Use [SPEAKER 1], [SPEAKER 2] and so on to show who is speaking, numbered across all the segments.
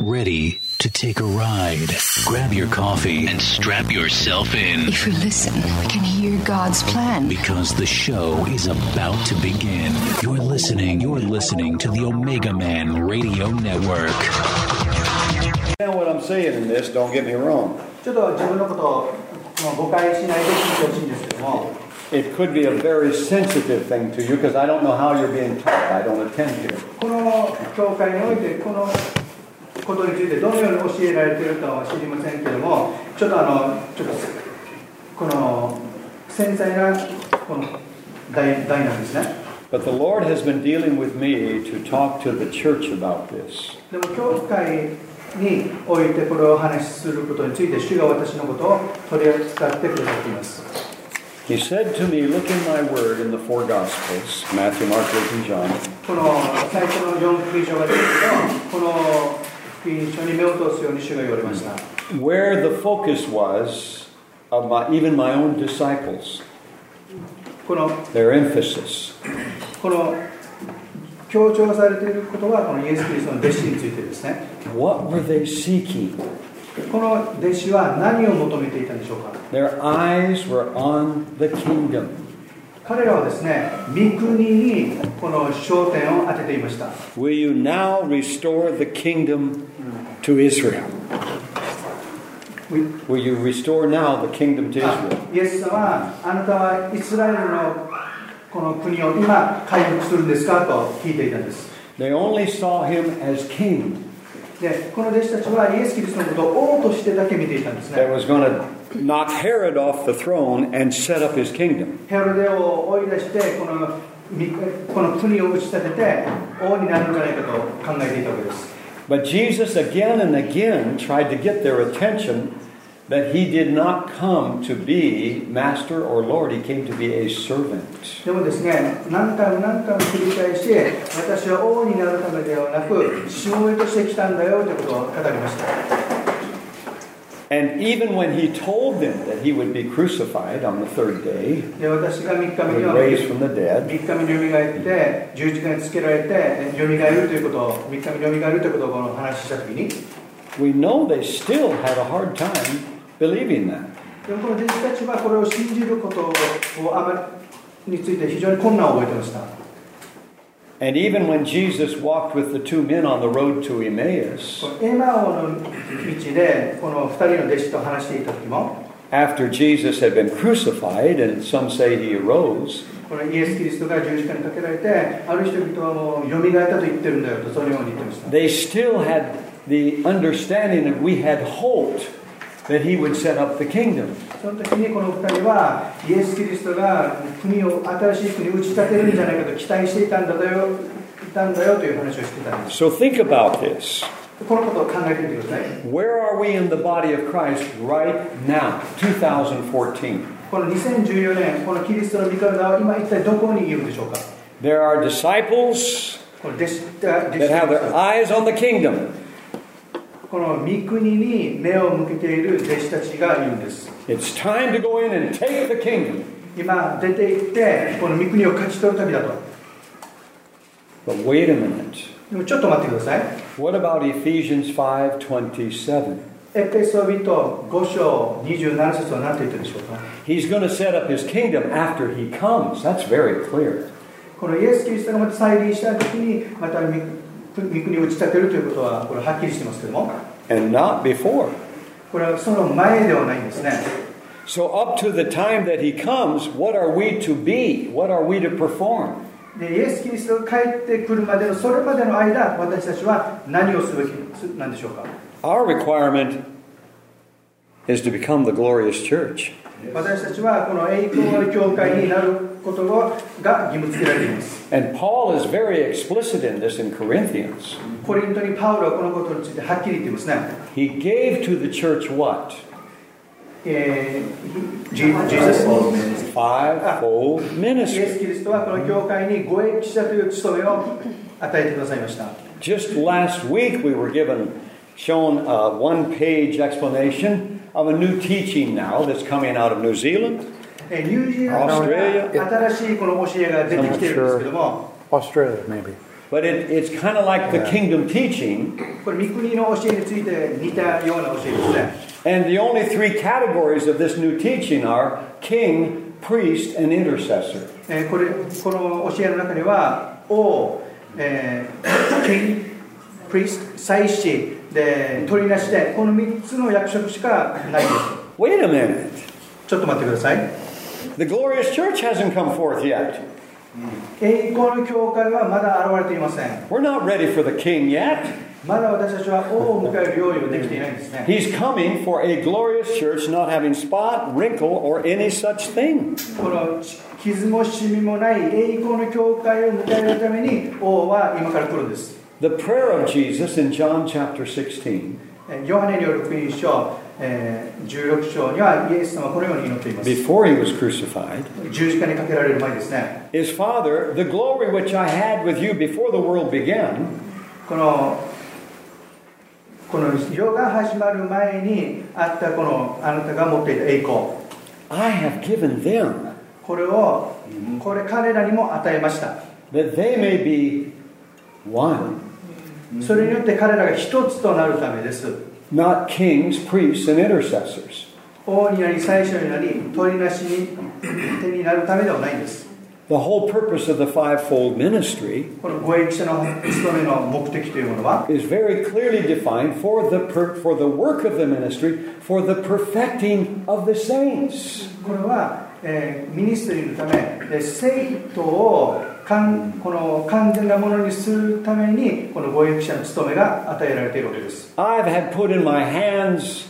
[SPEAKER 1] ready to take a ride. Grab your coffee and strap yourself in
[SPEAKER 2] If we listen, we can hear God's plan.
[SPEAKER 1] because the show is about to begin. You're listening, you're listening to the Omega Man Radio Network.
[SPEAKER 3] Now, what I'm saying in this, don't get me wrong,
[SPEAKER 4] ちょっと自分のことをまあ誤解しないで聞いてほしいんですけども、
[SPEAKER 3] it could be a very sensitive thing to you because I don't know how you're being taught. I don't attend here.
[SPEAKER 4] この教会において、このことについてどのように教えられているかは知りませんけども、ちょっとあの、ちょっと、この繊細なこの題題なんですね。
[SPEAKER 3] But the Lord has been dealing with me to talk to the church about this.
[SPEAKER 4] でも、教会においてこれをお話しすることについて、主が私のことを取り扱ってくださっています。
[SPEAKER 3] He said to me, Look in my word in the four Gospels Matthew, Mark, Luke, and John.
[SPEAKER 4] この最初の4福音書が出てきたこの福音書に目を通すように主が言われました。
[SPEAKER 3] Where the focus was of my, even my own disciples,
[SPEAKER 4] この
[SPEAKER 3] their emphasis.
[SPEAKER 4] この強調されていることはこのイエス・キリストの弟子についてですね
[SPEAKER 3] What were they seeking?
[SPEAKER 4] この弟子は何を求めていたんでしょうか
[SPEAKER 3] Their eyes were on the kingdom.
[SPEAKER 4] 彼らはですね御国にこの焦点を当てていました
[SPEAKER 3] Will you now restore the kingdom to Israel? Will you restore now the kingdom to
[SPEAKER 4] あ
[SPEAKER 3] Israel?
[SPEAKER 4] イエス様はあなたはイスラエルのこの国を今回復するんですかと聞いていたんです
[SPEAKER 3] They only saw him as king
[SPEAKER 4] でこの弟子たちはイエス・キリストのことを王としてだけ見ていたんです
[SPEAKER 3] that
[SPEAKER 4] ね
[SPEAKER 3] was going to knock Herod off the throne and set up his kingdom.
[SPEAKER 4] ヘロデ王を追い出してこのみこの国を打ち立てて王になるんじゃないかと考えていたわけです
[SPEAKER 3] But Jesus again and again tried to get their attention that he did not come to be master or lord, he came to be a servant.
[SPEAKER 4] でもですね、何回も何回も繰り返し、私は王になるためではなく、しもべとして来たんだよということを語りました。
[SPEAKER 3] And even when he told them that he would be crucified on the third day,
[SPEAKER 4] で、私が3日
[SPEAKER 3] and
[SPEAKER 4] 目には、
[SPEAKER 3] raised from the
[SPEAKER 4] 3
[SPEAKER 3] dead,
[SPEAKER 4] 日目に蘇って、十字架につけられて、蘇るということを、3日目に蘇るということをこの話したときに、で
[SPEAKER 3] we know they still had a hard time believing that.
[SPEAKER 4] もこの弟子たちはこれを信じることをあまりについて非常に困難を覚えてました。
[SPEAKER 3] And even when Jesus walked with the two men on the road to Emmaus,
[SPEAKER 4] このエマオの道で、この2人の弟子と話していたときも、
[SPEAKER 3] after Jesus had been crucified, and some say he arose,
[SPEAKER 4] このイエス・キリストが十字架にかけられて、ある人々はもう蘇ったと言ってるんだよと、そのように言ってました。
[SPEAKER 3] they still had the understanding that we had hoped that he would set up the kingdom.
[SPEAKER 4] その時にこの二人は、イエス・キリストが国を、新しい国を打ち立てるんじゃないかと期待していたんだよいたんだよという話をしてたんです。
[SPEAKER 3] So think about this.
[SPEAKER 4] このことを考えてみてください。
[SPEAKER 3] Where are we in the body of Christ right now, 2014?
[SPEAKER 4] この2014年、このキリストの御体は今一体どこにいるでしょうか
[SPEAKER 3] There are disciples
[SPEAKER 4] この弟子あ弟子
[SPEAKER 3] that have their eyes on the kingdom.
[SPEAKER 4] この御国に目を向けている弟子たちがいるんです。
[SPEAKER 3] It's time to go in and take the kingdom.
[SPEAKER 4] 今出て行って、この御国を勝ち取る旅だと。
[SPEAKER 3] But wait a minute.
[SPEAKER 4] でもちょっと待ってください。
[SPEAKER 3] What about Ephesians 5:27?
[SPEAKER 4] エペソビト5章27節は何て言ってるでしょうか
[SPEAKER 3] He's going to set up his kingdom after he comes. That's very clear.
[SPEAKER 4] このイエス・キリストがまた再臨した時にまた御御国を打ち立てるということはこれはっきりしてますけども
[SPEAKER 3] And not before.
[SPEAKER 4] これはその前ではないんですね
[SPEAKER 3] So up to the time that he comes, what are we to be? What are we to perform?
[SPEAKER 4] でイエス・キリストが帰ってくるまでのそれまでの間私たちは何をすべきなんでしょうか
[SPEAKER 3] Our requirement is to become the glorious church.
[SPEAKER 4] 私たちはこの栄光ある教会になることが義務付けられています
[SPEAKER 3] And Paul is very explicit in this in Corinthians.
[SPEAKER 4] コリントにパウロはこのことについてはっきり言ってますね、
[SPEAKER 3] He gave to the church what?
[SPEAKER 4] えー、ジジーザス・
[SPEAKER 3] Fivefold
[SPEAKER 4] イエス・
[SPEAKER 3] ministry.
[SPEAKER 4] キリストはこの教会にご益者という務めを与えてくださいました。
[SPEAKER 3] Just last week, we were given, shown a one page explanation of a new teaching now that's coming out of New Zealand.
[SPEAKER 4] えニュージーランドから新しいこの教えが出てきているんですけども、
[SPEAKER 5] Australia, maybe.
[SPEAKER 3] But it, it's kind of like the kingdom teaching,
[SPEAKER 4] これ、三国の教えについて似たような教えですね。
[SPEAKER 3] and the only three categories of this new teaching are king, priest, and intercessor.
[SPEAKER 4] えーこれこの教えの中には王、えー、キング、プリスト、祭司で取りなしでこの3つの役職しかないんです
[SPEAKER 3] Wait a minute.
[SPEAKER 4] ちょっと待ってください
[SPEAKER 3] The glorious church hasn't come forth yet.
[SPEAKER 4] 栄光の教会はまだ現れていません
[SPEAKER 3] We're not ready for the king yet.
[SPEAKER 4] まだ私たちは王を迎える用意をできていないんですね
[SPEAKER 3] He's coming for a glorious church not having spot, wrinkle, or any such thing.
[SPEAKER 4] この傷もシミもない栄光の教会を迎えるために王は今から来るんです
[SPEAKER 3] The prayer of Jesus in John chapter 16,
[SPEAKER 4] えーヨハネによる福音書、えー16章にはイエス様はこのように祈っています
[SPEAKER 3] before he was crucified,
[SPEAKER 4] 十字架にかけられる前ですね
[SPEAKER 3] is Father, the glory which I had with you before the world began,
[SPEAKER 4] このこの世が始まる前にあったこのあなたが持っていた栄光
[SPEAKER 3] I have given them,
[SPEAKER 4] これをこれ彼らにも与えました
[SPEAKER 3] that they may be one,
[SPEAKER 4] それによって彼らが一つとなるためです
[SPEAKER 3] not kings, priests, and intercessors.
[SPEAKER 4] 王になり最初になり取りなしに 手になるためではないんです
[SPEAKER 3] The whole purpose of the fivefold ministry
[SPEAKER 4] このご役者の務めの目的というものは
[SPEAKER 3] is very clearly defined for the per, for the work of the ministry, for the perfecting of the saints.
[SPEAKER 4] これは、えーミニストリーのためで生徒をかんこの完全なものにするためにこのご役者の務めが与えられているわけです
[SPEAKER 3] I've had put in my hands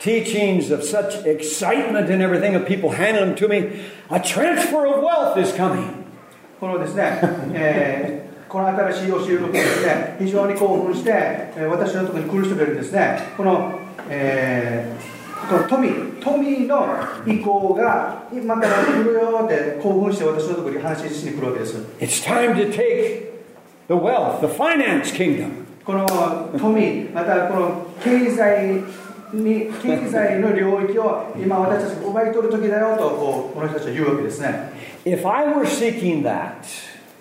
[SPEAKER 3] teachings of such excitement and everything of people handing them to me. A transfer of wealth is coming.
[SPEAKER 4] このですね、 えーこの新しい教えを受けてですね、非常に興奮して、えー私のところに来る人がいるんですね、この,、えーこの富、富の意向が、今から来るよって興奮して私のところに話しに来るわけです。
[SPEAKER 3] It's time to take the wealth, the finance kingdom.
[SPEAKER 4] この富、またこの経済に、経済の領域を今私たちが奪い取る時だよとこう、この人たちは言うわけですね。
[SPEAKER 3] If I were seeking that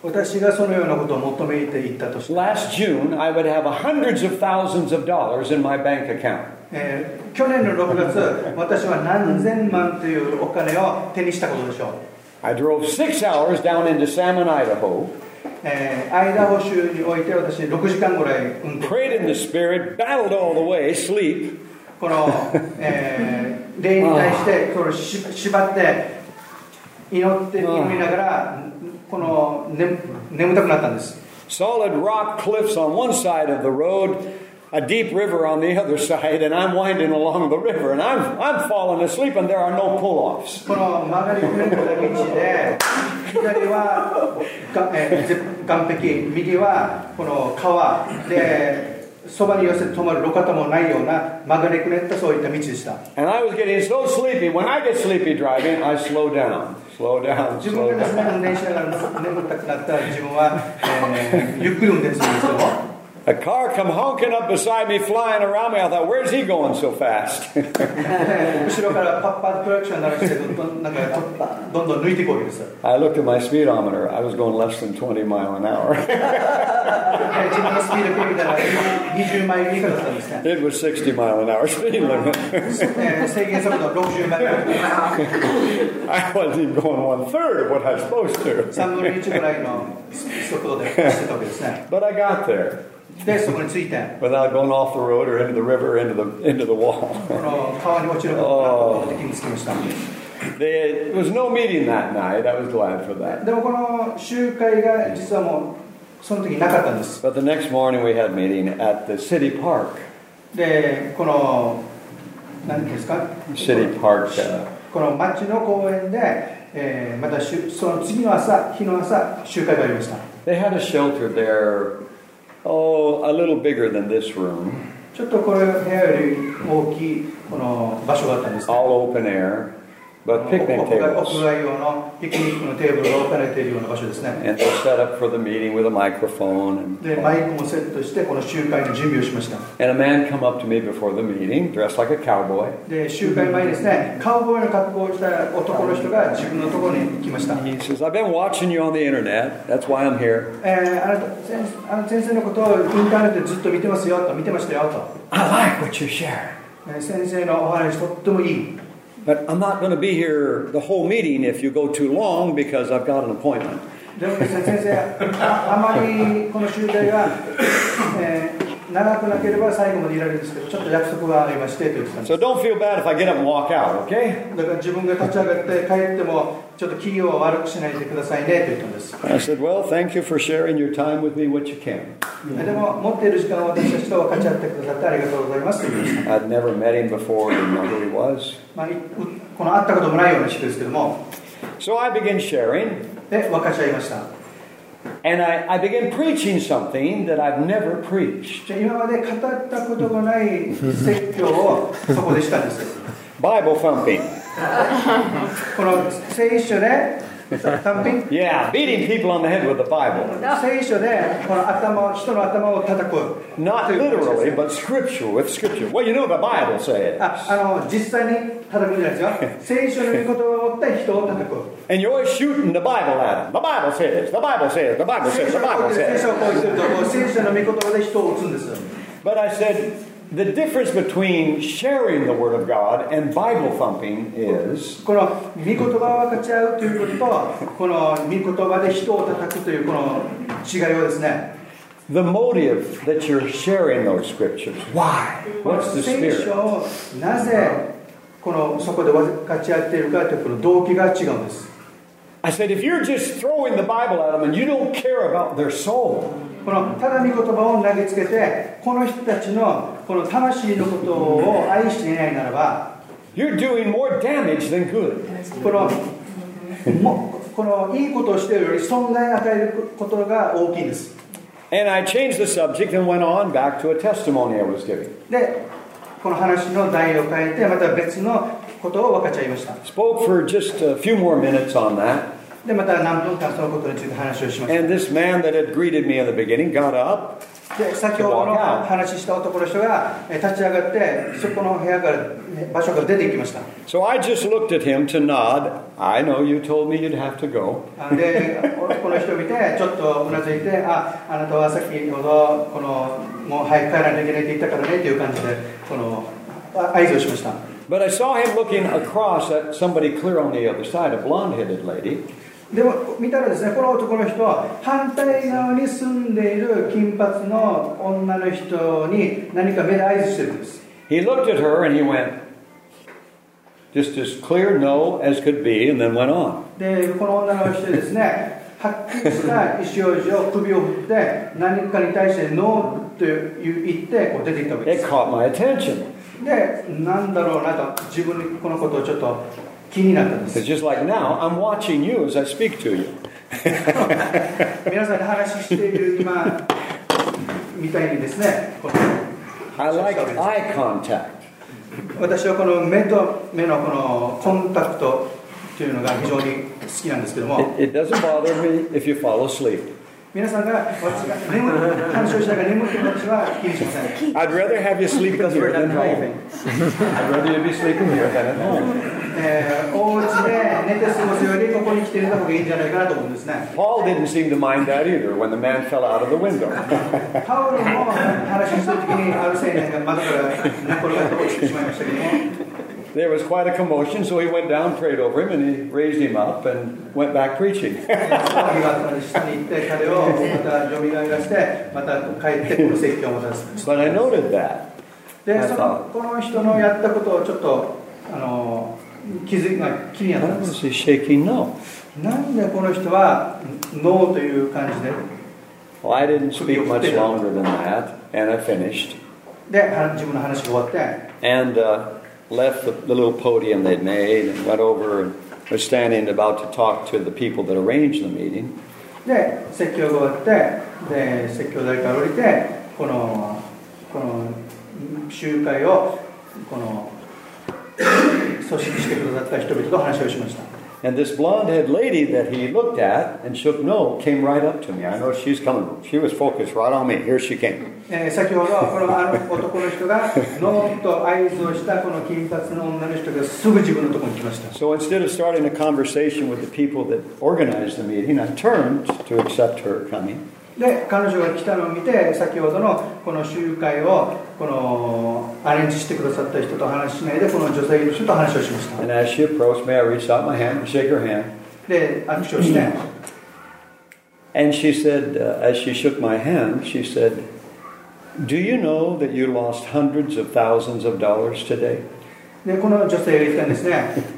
[SPEAKER 4] 私がそのようなことを求めていったとして
[SPEAKER 3] last June, I would have hundreds of thousands of dollars in my bank account.
[SPEAKER 4] えー去年の6月、私は何千万というお金を手にしたことでしょう、
[SPEAKER 3] I drove six hours down into Salmon, Idaho,
[SPEAKER 4] えーアイダホ州において私、6時間ぐらい運転、
[SPEAKER 3] prayed in the Spirit, battled all the way, sleep,
[SPEAKER 4] この、えー霊に対してこのし縛って、祈って、祈りながら、この、ね、眠たくなったんです、
[SPEAKER 3] solid rock cliffs on one side of the road, a deep river on the other side, and I'm winding along the river, and I'm, I'm falling asleep, and there are no pull offs.
[SPEAKER 4] この曲がりくねった道で、左はが、えーぜ岸壁、右はこの川で、そばに寄せて止まる路肩もないような曲がりくねったそういった道でした。
[SPEAKER 3] And I was getting so sleepy. When I get sleepy driving, I slow down, slow down,
[SPEAKER 4] 自
[SPEAKER 3] slow
[SPEAKER 4] 分がですね
[SPEAKER 3] down.
[SPEAKER 4] 運転しながら眠たくなったら自分は、えーゆっくり運転するんですよ。
[SPEAKER 3] A car come honking up beside me, flying around me. I thought, where's he going so fast?
[SPEAKER 4] 後ろからパッパッとクラクション鳴らしてどんどんなんかちょっとどんどん抜いていくわけです。
[SPEAKER 3] I looked at my speedometer. I was going less than 20 mile an hour.
[SPEAKER 4] えー自分のスピード計見たら20マイル以下だったんですね。
[SPEAKER 3] It was 60 mile an hour speed limit.
[SPEAKER 4] えー制限速度60マイル。
[SPEAKER 3] I wasn't even going one third of what I was supposed to.
[SPEAKER 4] 3分の1ぐらいの速度で走ってたわけですね。
[SPEAKER 3] But I got there
[SPEAKER 4] で、そこについて、
[SPEAKER 3] without going off the road or into the river, or into the into the wall.
[SPEAKER 4] この川に落ちることなく目的に着きました。
[SPEAKER 3] There was no meeting that night. I was glad for that.
[SPEAKER 4] でもこの集会が実はもうその時なかったんです。
[SPEAKER 3] But the next morning we had a meeting at the city park.
[SPEAKER 4] で、この、何ていうんですか、
[SPEAKER 3] City park. Uh,
[SPEAKER 4] この町の公園で、えーまたしゅその次の朝、日の朝、集会がありました。
[SPEAKER 3] they had a shelter there. Oh, a little bigger than this room,
[SPEAKER 4] ちょっとこれ、部屋より大きいこの場所があったんです、
[SPEAKER 3] all open air. but picnic
[SPEAKER 4] 屋外
[SPEAKER 3] tables.
[SPEAKER 4] 屋外用のピクニックのテーブルが置かれているような場所ですね
[SPEAKER 3] And they're set up for the meeting with a microphone.
[SPEAKER 4] で
[SPEAKER 3] And,
[SPEAKER 4] マイクもセットしてこの集会の準備をしました
[SPEAKER 3] and a man come up to me before the meeting, dressed like a cowboy.
[SPEAKER 4] で集会前にですねカウボーイの格好をした男の人が自分のところに来ました
[SPEAKER 3] He says, I've been watching you on the internet. That's why I'm here.
[SPEAKER 4] えーあなた先あの先生のことをインターネットでずっと見てますよと見てましたよと、
[SPEAKER 3] I like what you share.
[SPEAKER 4] えー先生のお話とってもいい
[SPEAKER 3] But I'm not going to be here the whole meeting if you go too long because I've got an appointment.
[SPEAKER 4] でもですね先生ああまりこの集会が、えー長くなければ最後までいられるんですけどちょっと約束がありましてと言ってたんです
[SPEAKER 3] So don't feel bad if I get up and walk out, okay?
[SPEAKER 4] だから自分が立ち上がって帰ってもちょっと企業は悪くしないでくださいねと言ったんです、
[SPEAKER 3] I said, Well, thank you for sharing your time with me what you can.
[SPEAKER 4] でも持っている時間を私たちと分かち合ってくださってありがとうございますと言いました、
[SPEAKER 3] I'd never met him before, didn't know who he was.
[SPEAKER 4] まあ、いこの会ったこともないような人ですけども
[SPEAKER 3] So I begin sharing,
[SPEAKER 4] で分かち合いました
[SPEAKER 3] and I, I begin preaching something that I've never preached
[SPEAKER 4] じゃあ今まで語ったことがない説教をそこでしたんです
[SPEAKER 3] Bible thumping.
[SPEAKER 4] この聖書で単品
[SPEAKER 3] Yeah, beating people on the head with the Bible.
[SPEAKER 4] 聖書でこの頭を人の頭を叩く
[SPEAKER 3] Not
[SPEAKER 4] という感じです
[SPEAKER 3] literally, but scripture with scripture. Well, you know the Bible said.
[SPEAKER 4] ああの実際に叩くんじゃないですよ聖書の御言葉を持って人を叩く
[SPEAKER 3] And you're always shooting the Bible at them. The Bible says, the Bible says, the Bible
[SPEAKER 4] 聖
[SPEAKER 3] says,
[SPEAKER 4] 書
[SPEAKER 3] the
[SPEAKER 4] をこう
[SPEAKER 3] Bible says.
[SPEAKER 4] 言って聖書をこう言ってるとこう聖書の御言葉で人を打つんです
[SPEAKER 3] But I said, the difference between sharing the Word of God and Bible thumping is
[SPEAKER 4] この御言葉を分かち合うということとこの御言葉で人を叩くというこの違いをですね
[SPEAKER 3] the motive that you're sharing those scriptures. Why?
[SPEAKER 4] この
[SPEAKER 3] What's the
[SPEAKER 4] 聖書
[SPEAKER 3] spirit?
[SPEAKER 4] をなぜこのそこで分かち合っているかというこの動機が違うんです
[SPEAKER 3] I said, if you're just throwing the Bible at them and you don't care about their soul,
[SPEAKER 4] このただ御言葉を投げつけてこの人たちのこの魂のことを愛していないならば
[SPEAKER 3] you're doing more damage than good.
[SPEAKER 4] このもこのいいことをしているより損害を与えることが大きいんです
[SPEAKER 3] And I changed the subject and went on back to a testimony I was giving.
[SPEAKER 4] でこの話の題を変えてまた別のことを分かち合いました
[SPEAKER 3] Spoke for just a few more minutes on that.
[SPEAKER 4] でまた何分間そのことについて話をしまし
[SPEAKER 3] And this man that had greeted me in the beginning got up
[SPEAKER 4] たで先ほどの話した男の人がえ立ち上がってそこの部屋からえ場所から出ていきました
[SPEAKER 3] So I just looked at him to nod. I know you told me you'd have to go.
[SPEAKER 4] あで この人を見てちょっとうなずいてああなたは先ほどこのもう早く帰らなきゃいけないって言ったからねっていう感じでこのあ合図をしました
[SPEAKER 3] But I saw him looking across at somebody clear on the other side, a blonde headed lady.
[SPEAKER 4] でも見たらですねこの男の人は反対側に住んでいる金髪の女の人に何か目で合図してるんです
[SPEAKER 3] He looked at her and he went, just as clear no as could be, and then went on.
[SPEAKER 4] でこの女の人ですねはっきりした意思表示を首を振って何かに対してノーと言ってこう出ていったわけで
[SPEAKER 3] It
[SPEAKER 4] す
[SPEAKER 3] caught my attention.
[SPEAKER 4] で何だろうなと自分にこのことをちょっと気になったんで
[SPEAKER 3] It's
[SPEAKER 4] す
[SPEAKER 3] just like now, I'm watching you as I speak to you.
[SPEAKER 4] 皆さんで話している今みたいにですねこの
[SPEAKER 3] I like eye contact.
[SPEAKER 4] 私はこの目と目のこのコンタクトというのが非常に好きなんですけども
[SPEAKER 3] It, it doesn't bother me if you fall asleep.
[SPEAKER 4] 皆さんが私が眠い話をしながら眠い気持ちは気にしません
[SPEAKER 3] I'd rather have you sleep in here than home. I'd rather you be sleeping here than at home.
[SPEAKER 4] えーお家で寝て過ごすよりここに来ていた方がいいんじゃないかなと思うんですね
[SPEAKER 3] Paul didn't seem to mind that either when the man fell out of the window.
[SPEAKER 4] パウロも話をした時にある青年が窓から転がって落ちてしまいましたけども
[SPEAKER 3] There was quite a commotion, so he went down, prayed over him, and he raised him up and went back preaching.
[SPEAKER 4] 騒ぎがあったので下に行って彼をまた蘇らせてまた帰ってこの説教をまたす
[SPEAKER 3] But I noted that.
[SPEAKER 4] でそのこの人のやったことをちょっとあの気づきが気になった
[SPEAKER 3] Why
[SPEAKER 4] んです
[SPEAKER 3] was he shaking no?
[SPEAKER 4] なんでこの人はノーという感じで
[SPEAKER 3] Well, I didn't speak much longer than that, and I finished
[SPEAKER 4] では自分の話が終わって
[SPEAKER 3] and uh, left the, the little podium they'd made and went over and was standing about to talk to the people that arranged the meeting.
[SPEAKER 4] で説教が終わってで説教台から降りてこのこの集会をこの組織してくださった人々と話をしました
[SPEAKER 3] And this blonde head lady that he looked at and shook no came right up to me. I know she's coming. She was focused right on me. Here she came.
[SPEAKER 4] えー先ほどこのあの男の人がノーと合図をしたこの金髪の女の人がすぐ自分のところに来ました
[SPEAKER 3] So instead of starting a conversation with the people that organized the meeting, I turned to accept her coming.
[SPEAKER 4] で彼女が来たのを見て先ほどのこの集会をこのアレンジしてくださった人と話しないでこの女性の人と話をしました
[SPEAKER 3] And as she approached me, I reached out my hand and shake her hand.
[SPEAKER 4] で握手をして、
[SPEAKER 3] And she said, uh, as she shook my hand, she said, Do you know that you lost hundreds of thousands of dollars today?
[SPEAKER 4] でこの女性が言ったんですね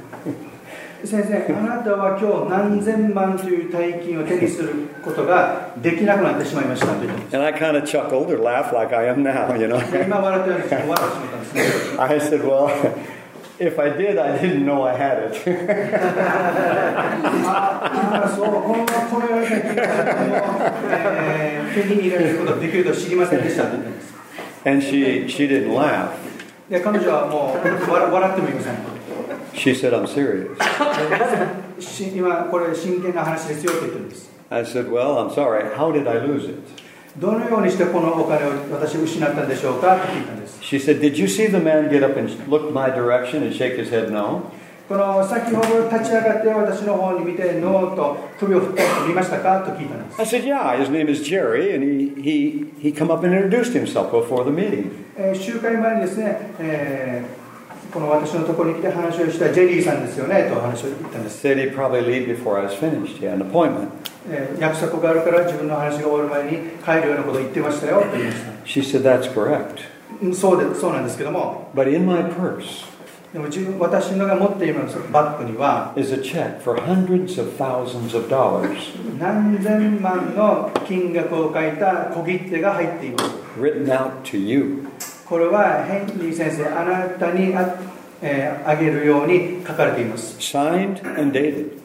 [SPEAKER 4] 先生あなたは今日何千万という大金を手にすることができなくなってしまいましたと言って
[SPEAKER 3] And I kind of chuckled or laughed like I am now, you know.
[SPEAKER 4] で今笑ったようにして笑ってしまったんですね
[SPEAKER 3] I said, Well, if I did, I didn't know I had it.
[SPEAKER 4] ああそうこのこのような金額を、えー手に入れることができると知りませんでしたと言ったんです
[SPEAKER 3] And she, she didn't laugh.
[SPEAKER 4] で彼女はもう笑笑ってもいません
[SPEAKER 3] She said, I'm serious.
[SPEAKER 4] し今これ真剣な話ですよと言ってるんです
[SPEAKER 3] I said, Well, I'm sorry. How did I lose it?
[SPEAKER 4] どのようにしてこのお金を私失ったんでしょうかと聞いたんです
[SPEAKER 3] She said, Did you see the man get up and look my direction and shake his head no?
[SPEAKER 4] この先ほど立ち上がって私の方に見てノーと首を振った人見ましたかと聞いたんです
[SPEAKER 3] I、said, Yeah, his name is Jerry, and he, he, he come up and introduced himself before the meeting.
[SPEAKER 4] えー集会前にですね、えーこの私のところに来て話をしたジェリーさんですよねとお話を言ったんです、
[SPEAKER 3] Said he'd probably leave before I was finished. He had an appointment.
[SPEAKER 4] えー約束があるから自分の話が終わる前に帰るようなことを言ってましたよと言いました
[SPEAKER 3] She said, That's correct.
[SPEAKER 4] うんそうでそうなんですけども
[SPEAKER 3] But in my purse
[SPEAKER 4] でも自分私のが持っているバッグには
[SPEAKER 3] is a check for hundreds of thousands of dollars
[SPEAKER 4] 何千万の金額を書いた小切手が入っています
[SPEAKER 3] written out to you.
[SPEAKER 4] これはヘンリー先生あなたにあ,、えーあげるように書かれています
[SPEAKER 3] signed and dated.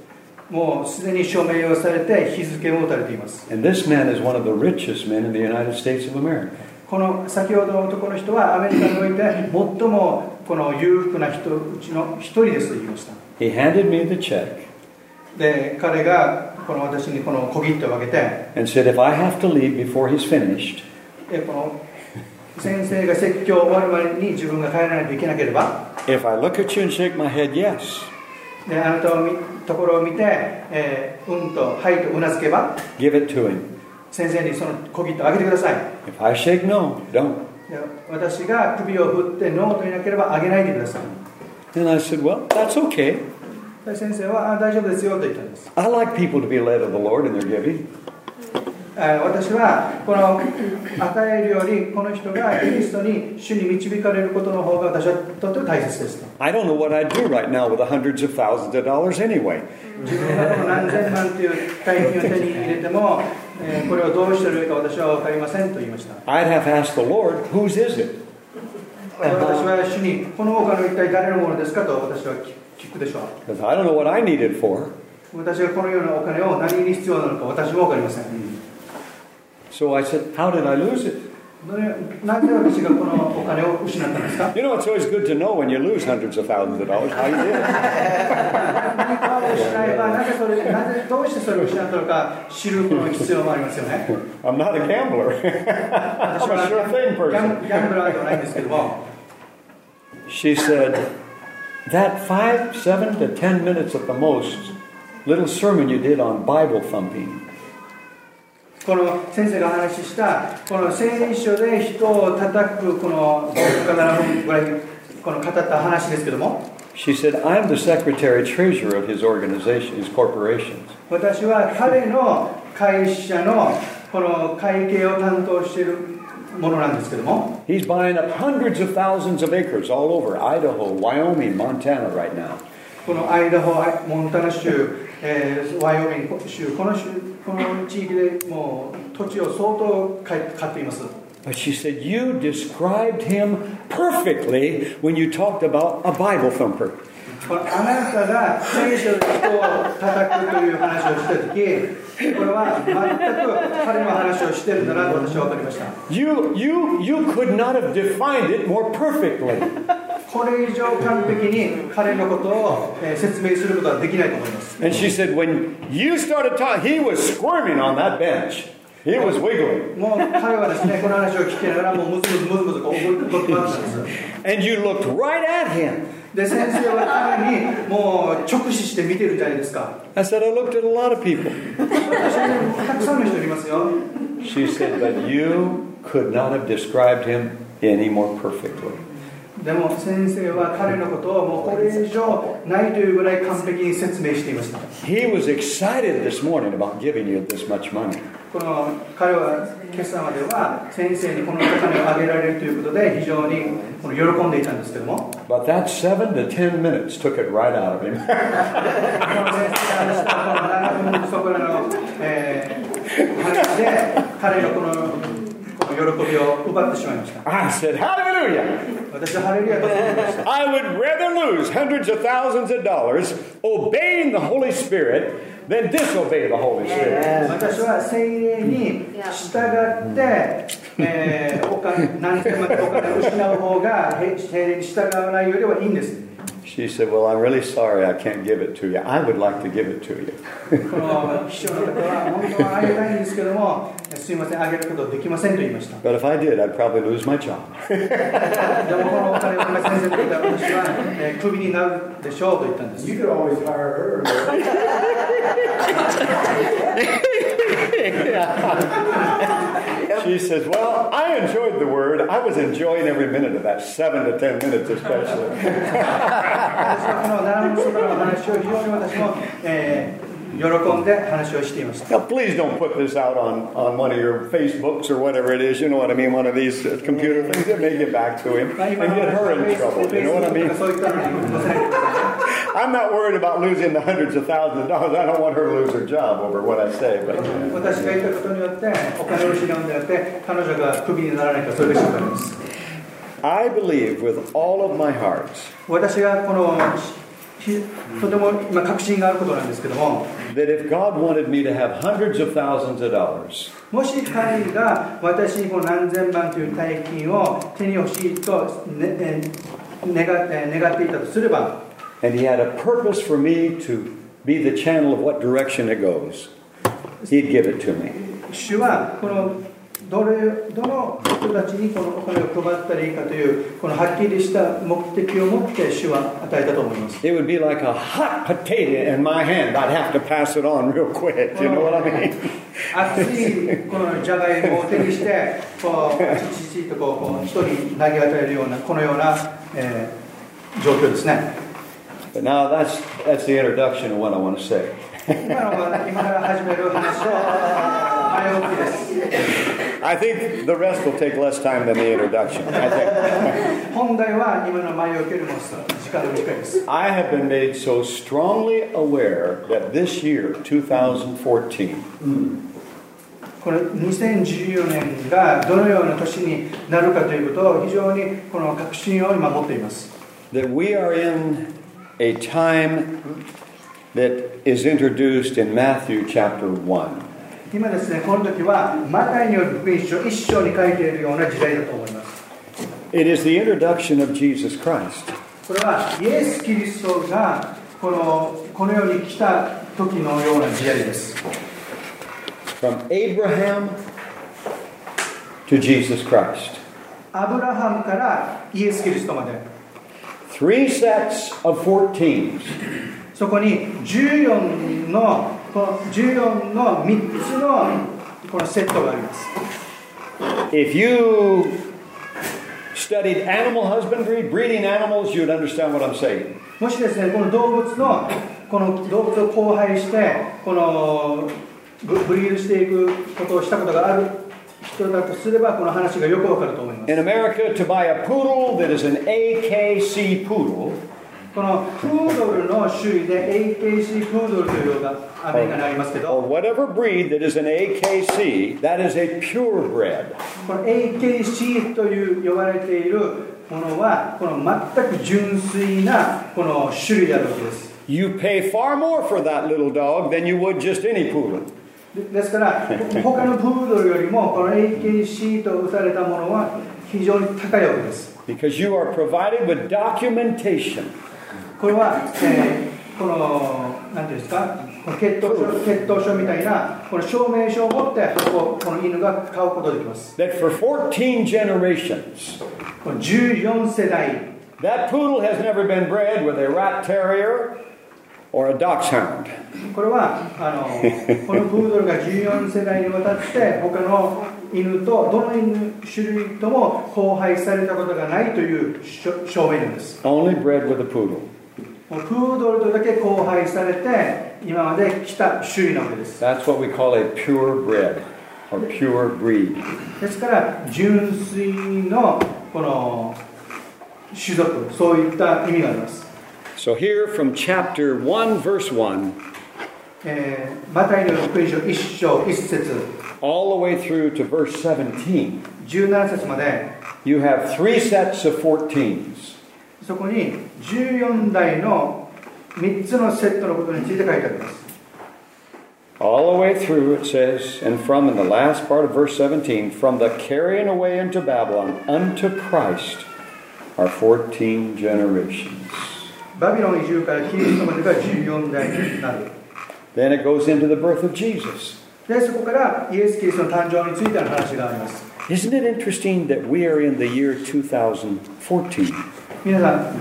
[SPEAKER 4] もうすでに署名をされて日付も打たれています
[SPEAKER 3] And this man is one of the richest men in the United States of America.
[SPEAKER 4] この先ほどの男の人はアメリカにおいて最もこの裕福な人うちの一人ですと言いました
[SPEAKER 3] He handed me the check
[SPEAKER 4] で彼がこの私にこの小切手をあげて
[SPEAKER 3] and said, If I have to leave before he's finished,
[SPEAKER 4] えこの先生が説教終わる前に自分が帰らないといけなければ
[SPEAKER 3] if I look at you and shake my head yes,
[SPEAKER 4] であなたを見ところを見て、えーうんとはいとうなずけば
[SPEAKER 3] give it to him.
[SPEAKER 4] 先生にその小切手をあげてください
[SPEAKER 3] If I shake no, don't.
[SPEAKER 4] で私が首を振ってノーと言いなければあげないでください
[SPEAKER 3] And I said, Well, that's okay.
[SPEAKER 4] で先生はあ大丈夫ですよと言ったんです
[SPEAKER 3] I like people to be led of the Lord in their giving.
[SPEAKER 4] えー私はこの与えるよりこの人がキリストに主に導かれることの方が私はとても大切ですと
[SPEAKER 3] I don't know what I'd do right now with the hundreds of thousands of dollars anyway.
[SPEAKER 4] 自分がこの何千万という大金を手に入れても、えーこれをどうしたらよいか私は分かりませんと言いました
[SPEAKER 3] I'd have asked the Lord, Whose is it?
[SPEAKER 4] で私は主にこのお金は一体誰のものですかと私は聞聞くでしょう
[SPEAKER 3] Because I don't know what I need it for.
[SPEAKER 4] 私がこのようなお金を何に必要なのか私も分かりません、
[SPEAKER 3] So I said, How did I lose it?
[SPEAKER 4] どれなんで私がこのお金を失ったんですか
[SPEAKER 3] You know, it's always good to know when you lose hundreds of thousands of dollars how you did.
[SPEAKER 4] 何かを失えばなぜそれなぜどうしてそれを失ったのか知るこの必要もありますよね
[SPEAKER 3] I'm not a gambler.
[SPEAKER 4] 私は
[SPEAKER 3] Sure thing, person.
[SPEAKER 4] ギャンギャンブラーではないんですけども
[SPEAKER 3] She said, That five, seven to ten minutes at the most little sermon you did on Bible thumping,
[SPEAKER 4] この先生がお話ししたこの聖書で人を叩くこの5分か7分ぐらいこの語った話ですけども
[SPEAKER 3] she said, I'm the secretary treasurer of his organization, his corporations.
[SPEAKER 4] 私は彼の会社のこの会計を担当しているものなんですけども
[SPEAKER 3] He's buying up hundreds of thousands of acres all over Idaho, Wyoming, Montana right now.
[SPEAKER 4] このアイダホアイモンタナ州、えーワイオミング州この州この地域でもう土地を相当買い買っています
[SPEAKER 3] But she said, You described him perfectly when you talked about a Bible thumper.
[SPEAKER 4] このあなたが聖書で人を叩くという話をした時これは全く彼の話をしてるんだなと私は分かりました
[SPEAKER 3] You, you, you could not have defined it more perfectly.
[SPEAKER 4] ここれ以上完璧に彼のことをえー説明することはできないと思います
[SPEAKER 3] And she said, when you started talking, he was squirming on that bench. He was wiggling.
[SPEAKER 4] もう彼はですねこの話を聞きながらもうムズムズムズムズこう怒ってましたんです
[SPEAKER 3] And you looked right at him.
[SPEAKER 4] で先生は彼にもう直視して見てるんじゃないですか
[SPEAKER 3] I said, I looked at a lot of people.
[SPEAKER 4] 私はたくさんの人いますよ
[SPEAKER 3] She said, but you could not have described him any more perfectly.
[SPEAKER 4] でも先生は彼のことをもうこれ以上ないというぐらい完璧に説明していました
[SPEAKER 3] He was excited this morning about giving you this much money.
[SPEAKER 4] この彼は今朝までは先生にこのお金をあげられるということで非常にこの喜んでいたんですけども
[SPEAKER 3] But that seven to ten minutes took it right out of him.
[SPEAKER 4] この先生が話したこの7分そこらの、えー話で彼のこのこの喜びを奪ってしまいました
[SPEAKER 3] I said, Hallelujah!
[SPEAKER 4] 私はハレルヤと思いました
[SPEAKER 3] I would rather lose hundreds of thousands of dollars obeying the Holy Spirit than disobey the Holy Spirit.
[SPEAKER 4] 私は精霊に従って、えーお金何千万とお金を失う方がへ精霊に従わないよりはいいんです
[SPEAKER 3] She said, Well, I'm really sorry I can't give it to you. I would like to give it to you.
[SPEAKER 4] この秘書の方は本当はあげたいんですけどもすいませんあげることできませんと言いました
[SPEAKER 3] But if I did, I'd probably lose my job.
[SPEAKER 4] でもこのお金を今先生と言ったら私は、えークビになるでしょうと言ったんです
[SPEAKER 5] You could always hire her.
[SPEAKER 3] she says, Well, I enjoyed the word. I was enjoying every minute of that, seven to ten minutes especially.
[SPEAKER 4] 私はこの七分の話を非常に私も、えー喜んで話をしていました
[SPEAKER 3] Now, please don't put this out on, on one of your Facebooks or whatever it is. You know what I mean? One of these uh, computer things. It may get back to him
[SPEAKER 4] まあ
[SPEAKER 3] and
[SPEAKER 4] 今の
[SPEAKER 3] get
[SPEAKER 4] 話は
[SPEAKER 3] her in trouble. You know what I
[SPEAKER 4] Facebook
[SPEAKER 3] mean?
[SPEAKER 4] とかそういったのにございます
[SPEAKER 3] I'm not worried about losing the hundreds of thousands of dollars. I don't want her to lose her job over what I say. But
[SPEAKER 4] 私が言ったことによってお金を失うんであって彼女がクビにならないかそれが心配です
[SPEAKER 3] I believe with all of my heart
[SPEAKER 4] 私がこのひとても今確信があることなんですけども
[SPEAKER 3] that if God wanted me to have hundreds of thousands of dollars,
[SPEAKER 4] もし彼が私にこの何千万という大金を手に欲しいと、ねえー願えー願っていたとすれば
[SPEAKER 3] And he had a purpose for me to be the channel of what direction it goes. He'd give it to me.
[SPEAKER 4] 主はこのどれどの人たちにこのお金を配ったらいいかというこのはっきりした目的を持って主は与えたと思います
[SPEAKER 3] It would be like a hot potato in my hand. I'd have to pass it on real quick. You know what I mean?
[SPEAKER 4] 熱いこのじゃがいもを手にしてこうチチチとこうこう人に投げ与えるようなこのような、えー状況ですね
[SPEAKER 3] But now that's that's the introduction of what I want to say.
[SPEAKER 4] 今のは今から始める話を前置きです
[SPEAKER 3] I think the rest will take less time than the introduction. I think
[SPEAKER 4] 本題は今の前置きよりも時間が短いです
[SPEAKER 3] I have been made so strongly aware that this year, 2014,
[SPEAKER 4] この2014年がどのような年になるかということを非常にこの確信を今持っています
[SPEAKER 3] that we are in a time that is introduced in Matthew chapter 1.
[SPEAKER 4] 今ですねこの時はマタイによる福音書一章に書いているような時代だと思います
[SPEAKER 3] It is the introduction of Jesus Christ.
[SPEAKER 4] これはイエス・キリストがこのこの世に来た時のような時代です
[SPEAKER 3] From Abraham to Jesus Christ.
[SPEAKER 4] アブラハムからイエス・キリストまで
[SPEAKER 3] Three sets of 14s.
[SPEAKER 4] そこに14のこの14の3つのこのセットがあります
[SPEAKER 3] If you studied animal husbandry, breeding animals, you'd understand what I'm saying.
[SPEAKER 4] もしですねこの動物のこの動物を交配してこのブブリードしていくことをしたことがある人だとすればこの話がよくわかると思います
[SPEAKER 3] In America, to buy a poodle that is an AKC poodle
[SPEAKER 4] このプードルの種類で AKC プードルというのがアメリカにありますけ
[SPEAKER 3] or
[SPEAKER 4] ど
[SPEAKER 3] whatever breed that is an AKC, that is a purebred.
[SPEAKER 4] この AKC という呼ばれているものはこの全く純粋なこの種類であるわけです
[SPEAKER 3] You pay far more for that little dog than you would just any poodle.
[SPEAKER 4] でですから他のプードルよりもこの AKC と打たれたものは非常に高いわけです
[SPEAKER 3] because you are provided with documentation.
[SPEAKER 4] これは、えーこの何ていうんですかこの血統書血統書みたいなこの証明書を持ってここの犬が買うことができます
[SPEAKER 3] That for 14 generations,
[SPEAKER 4] この14世代
[SPEAKER 3] that poodle has never been bred with a rat terrier or a dachshund.
[SPEAKER 4] これはあのこのプードルが14世代にわたって他の犬とどの犬種類とも交配されたことがないという証証明なんです
[SPEAKER 3] Only bred with a poodle.
[SPEAKER 4] もうプードルとだけ交配されて今まで来た種類なわけです
[SPEAKER 3] That's what we call a purebred or pure breed.
[SPEAKER 4] ですから純粋のこの種族そういった意味があります、
[SPEAKER 3] So here from chapter 1, verse 1,
[SPEAKER 4] えーマタイの福音書1章1節
[SPEAKER 3] all the way through to verse 17,
[SPEAKER 4] 17節まで
[SPEAKER 3] you have three sets of 14s.
[SPEAKER 4] そこに14代の3つのセットのことについて書いてあります
[SPEAKER 3] All the way through it says, and from in the last part of verse 17, from the carrying away into Babylon unto Christ are 14 generations.
[SPEAKER 4] バビロン移住からキリストまでが14代になる
[SPEAKER 3] Then it goes into the birth of Jesus.
[SPEAKER 4] でそこからイエス・キリストの誕生についての話があります
[SPEAKER 3] Isn't it interesting that we are in the year 2014?
[SPEAKER 4] 皆さん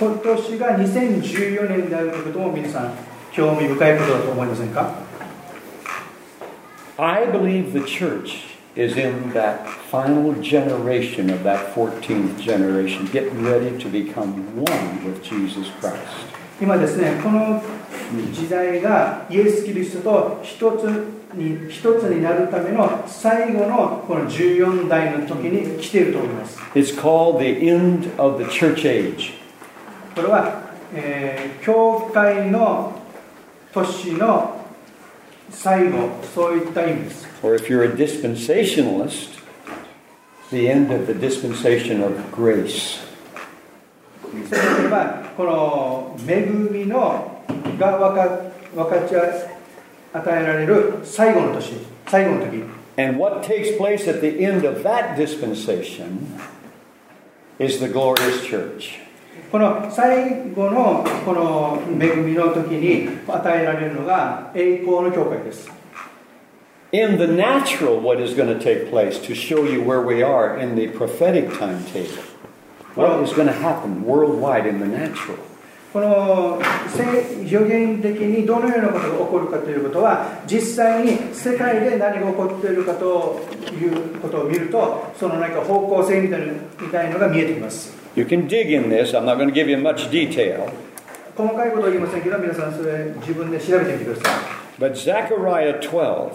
[SPEAKER 4] 今年が2014年であるということも皆さん興味深いことだと思いませんか
[SPEAKER 3] I believe the church is in that final generation of that 14th generation, getting ready to become one with Jesus Christ.
[SPEAKER 4] 今ですねこの時代がイエス・キリストと一つに一つになるための最後のこの14代の時に来ていると思います
[SPEAKER 3] It's called the end of the church age.
[SPEAKER 4] これは、えー教会の年の最後そういった意味です
[SPEAKER 3] Or if you're a dispensationalist, the end of the dispensation of grace.
[SPEAKER 4] そうすればこの恵みのが分か分かち与えられる最後の年最後の時
[SPEAKER 3] And what takes place at the end of that dispensation is the glorious church.
[SPEAKER 4] この最後のこの恵みの時に与えられるのが栄光の教会です
[SPEAKER 3] In the natural, what is going to take place to show you where we are in the prophetic timetable? What is going to happen worldwide in the natural?
[SPEAKER 4] このせ予言的にどのようなことが起こるかということは実際に世界で何が起こっているかということを見るとそのなんか方向性みたいなみたいのが見えてきます
[SPEAKER 3] You can dig in this. I'm not going to give you much detail.
[SPEAKER 4] 細かいことは言いませんけど皆さんそれ自分で調べてみてくださ
[SPEAKER 3] But Zechariah 12,
[SPEAKER 4] い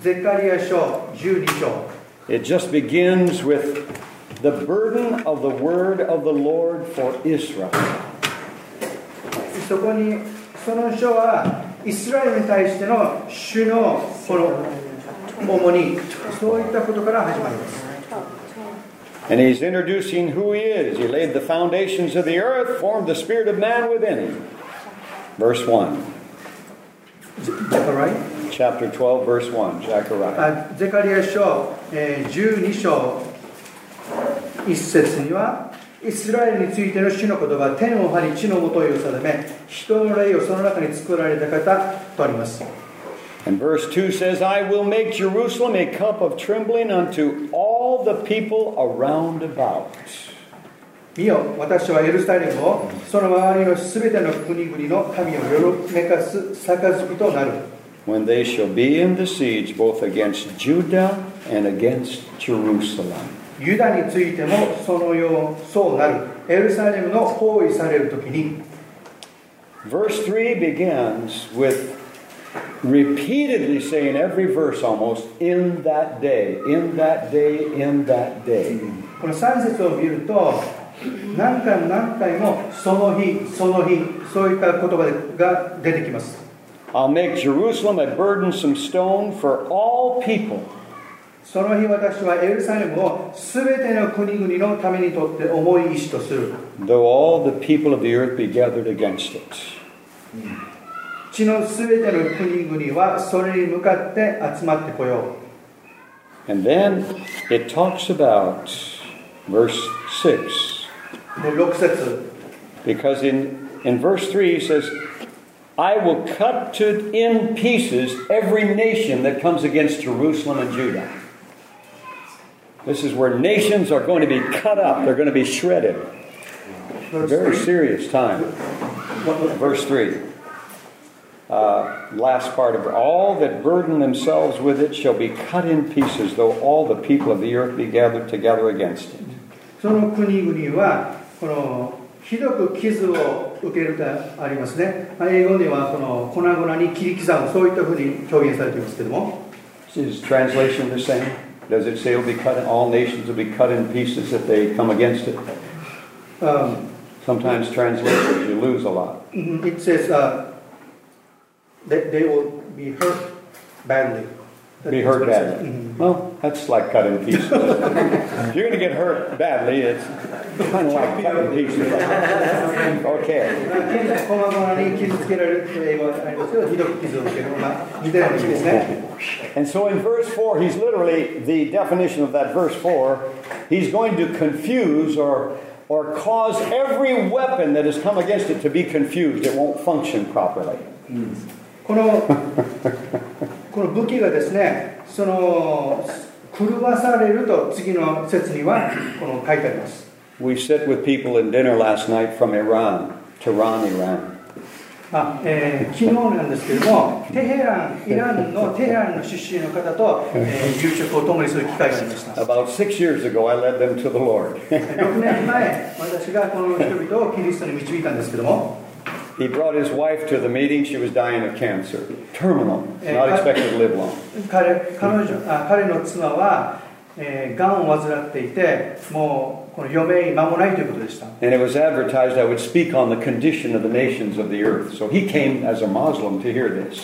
[SPEAKER 4] ゼカリア書12章
[SPEAKER 3] it just begins with the burden of the word of the Lord for Israel.
[SPEAKER 4] そこにその書はイスラエルに対しての主のこの主にそういったことから始まります
[SPEAKER 3] And he's introducing who he is. He laid the foundations of the earth, formed the spirit of man within him. Verse 1,
[SPEAKER 4] ゼゼカリア
[SPEAKER 3] chapter 12, verse 1, Zechariah.
[SPEAKER 4] あゼカリア書、えー12章1節にはイスラエルについての主の言葉天を張り地の元へを定め人の霊をその中に作られた方とあります
[SPEAKER 3] And verse 2 says, I will make Jerusalem a cup of trembling unto all the people around about.
[SPEAKER 4] 見よ私はエルサレムをその周りのすべての国々の神をよろめかす杯となる
[SPEAKER 3] When they shall be in the siege both against Judah and against Jerusalem.
[SPEAKER 4] ユダについてもそのようそうなるエルサレムの包囲される時に
[SPEAKER 3] Verse 3 begins with repeatedly saying every verse almost, in that day, in that day, in that day.
[SPEAKER 4] この3節を見ると何回も何回もその日その日そういった言葉が出てきます
[SPEAKER 3] I'll make Jerusalem a burdensome stone for all people.
[SPEAKER 4] その日私はエルサレムを全ての国々のためにとって重い石とする
[SPEAKER 3] though all the people of the earth be gathered against it.
[SPEAKER 4] 地の全ての国々はそれに向かって集まってこよう
[SPEAKER 3] And then it talks about verse 6.
[SPEAKER 4] で6節
[SPEAKER 3] Because in, in verse 3 he says, I will cut to in pieces every nation that comes against Jerusalem and Judah. This is where nations are going to be cut up, they're going to be shredded. Very serious time. Verse 3. Uh, last part of it. All that burden themselves with it shall be cut in pieces, though all the people of the earth be gathered together against it.
[SPEAKER 4] その国々はこのひどく傷を受けるとありますね英語ではこの粉々に切り刻むそういったふうに表現されていますけども
[SPEAKER 3] Is translation the same? Does it say it'll be cut, all nations will be cut in pieces if they come against it?
[SPEAKER 4] あ
[SPEAKER 3] Sometimes translations, you lose a lot.
[SPEAKER 4] Mhm. It says uh, that they will be hurt badly.
[SPEAKER 3] Be hurt badly. Well, that's like cut in pieces. If you're going to get hurt badly, it's kind of like cut in pieces. Okay.
[SPEAKER 4] 現在、こまごまに傷つけられるという英語がありますけど、ひどく傷を受けるのが似たような意味ですね。
[SPEAKER 3] And so in verse 4, he's literally, the definition of that verse 4, he's going to confuse or, or cause every weapon that has come against it to be confused. It won't function properly.
[SPEAKER 4] このこの武器がですね、その狂わされると次の説にはこの書いてあります。
[SPEAKER 3] We sit with people in dinner last night from Iran, Tehran, Iran.
[SPEAKER 4] あえー昨日なんですけども、テヘラン、イランのテヘランの出身の方と、えー夕食を共にする機会がありました。
[SPEAKER 3] About six years ago, I led them to the Lord.
[SPEAKER 4] 6年前、私がこの人々をキリストに導いたんですけども、
[SPEAKER 3] he brought his wife to the meeting. She was dying of cancer, terminal, not expected to live long.
[SPEAKER 4] 彼彼女あ彼の妻は、えー、がんを患っていて、もうこの余命間もないということでした。
[SPEAKER 3] And it was advertised I would speak on the condition of the nations of the earth. So he came as a Muslim to hear this,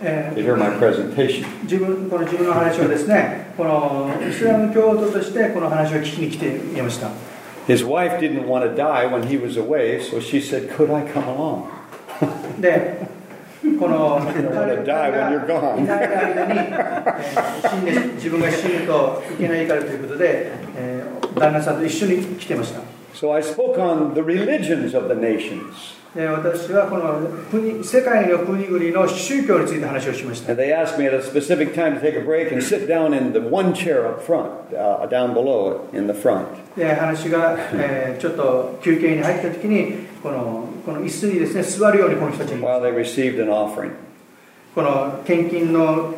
[SPEAKER 4] え
[SPEAKER 3] to
[SPEAKER 4] ー
[SPEAKER 3] hear my presentation.
[SPEAKER 4] 自分この自分の話をですね、このイスラム教徒としてこの話を聞きに来ていました。
[SPEAKER 3] His wife didn't want to die when he was away, so she said, Could I come along?
[SPEAKER 4] で、この
[SPEAKER 3] wanna die when you're gone.
[SPEAKER 4] いない間に、えー死んで自分が死ぬといけないからということで、えー旦那さんと一緒に来てました。
[SPEAKER 3] So I spoke on the religions of the nations.
[SPEAKER 4] で私はこの国世界の国々の宗教について話をしました
[SPEAKER 3] And they asked me at a specific time to take a break and sit down in the one chair up front, uh, down below in the front.
[SPEAKER 4] で話が、えーちょっと休憩に入った時にこのこの椅子にですね座るようにこの人たちに
[SPEAKER 3] While they received an offering,
[SPEAKER 4] この献金の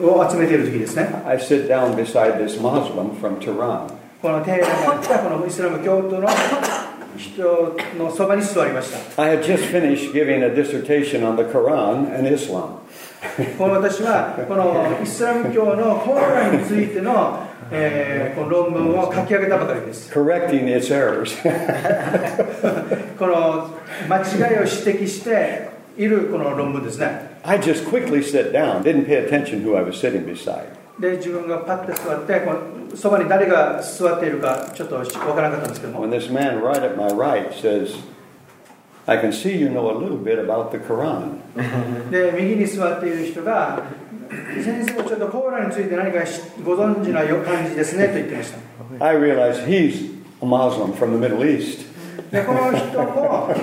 [SPEAKER 4] を集めている時ですね
[SPEAKER 3] I sit down beside this Muslim from Tehran.
[SPEAKER 4] このテーラから来たこのイスラム教徒の人のそばに座りました
[SPEAKER 3] I had just finished giving a dissertation on the Quran and Islam.
[SPEAKER 4] この私はこのイスラム教のコーランについての、えーこの論文を書き上げたばかりです
[SPEAKER 3] Correcting its errors.
[SPEAKER 4] この間違いを指摘しているこの論文ですね
[SPEAKER 3] I just quickly sit down, didn't pay attention who I was sitting beside.
[SPEAKER 4] で自分がパッて座ってこのそばに誰が座っているかちょっと分からなかったんですけども
[SPEAKER 3] When this man right at my right says, I can see you know a little bit about the Quran.
[SPEAKER 4] で右に座っている人が「先生ちょっとコーラについて何かしご存知なよ感じですね」と言ってました
[SPEAKER 3] I realize he's a Muslim from the Middle East.
[SPEAKER 4] でこの人も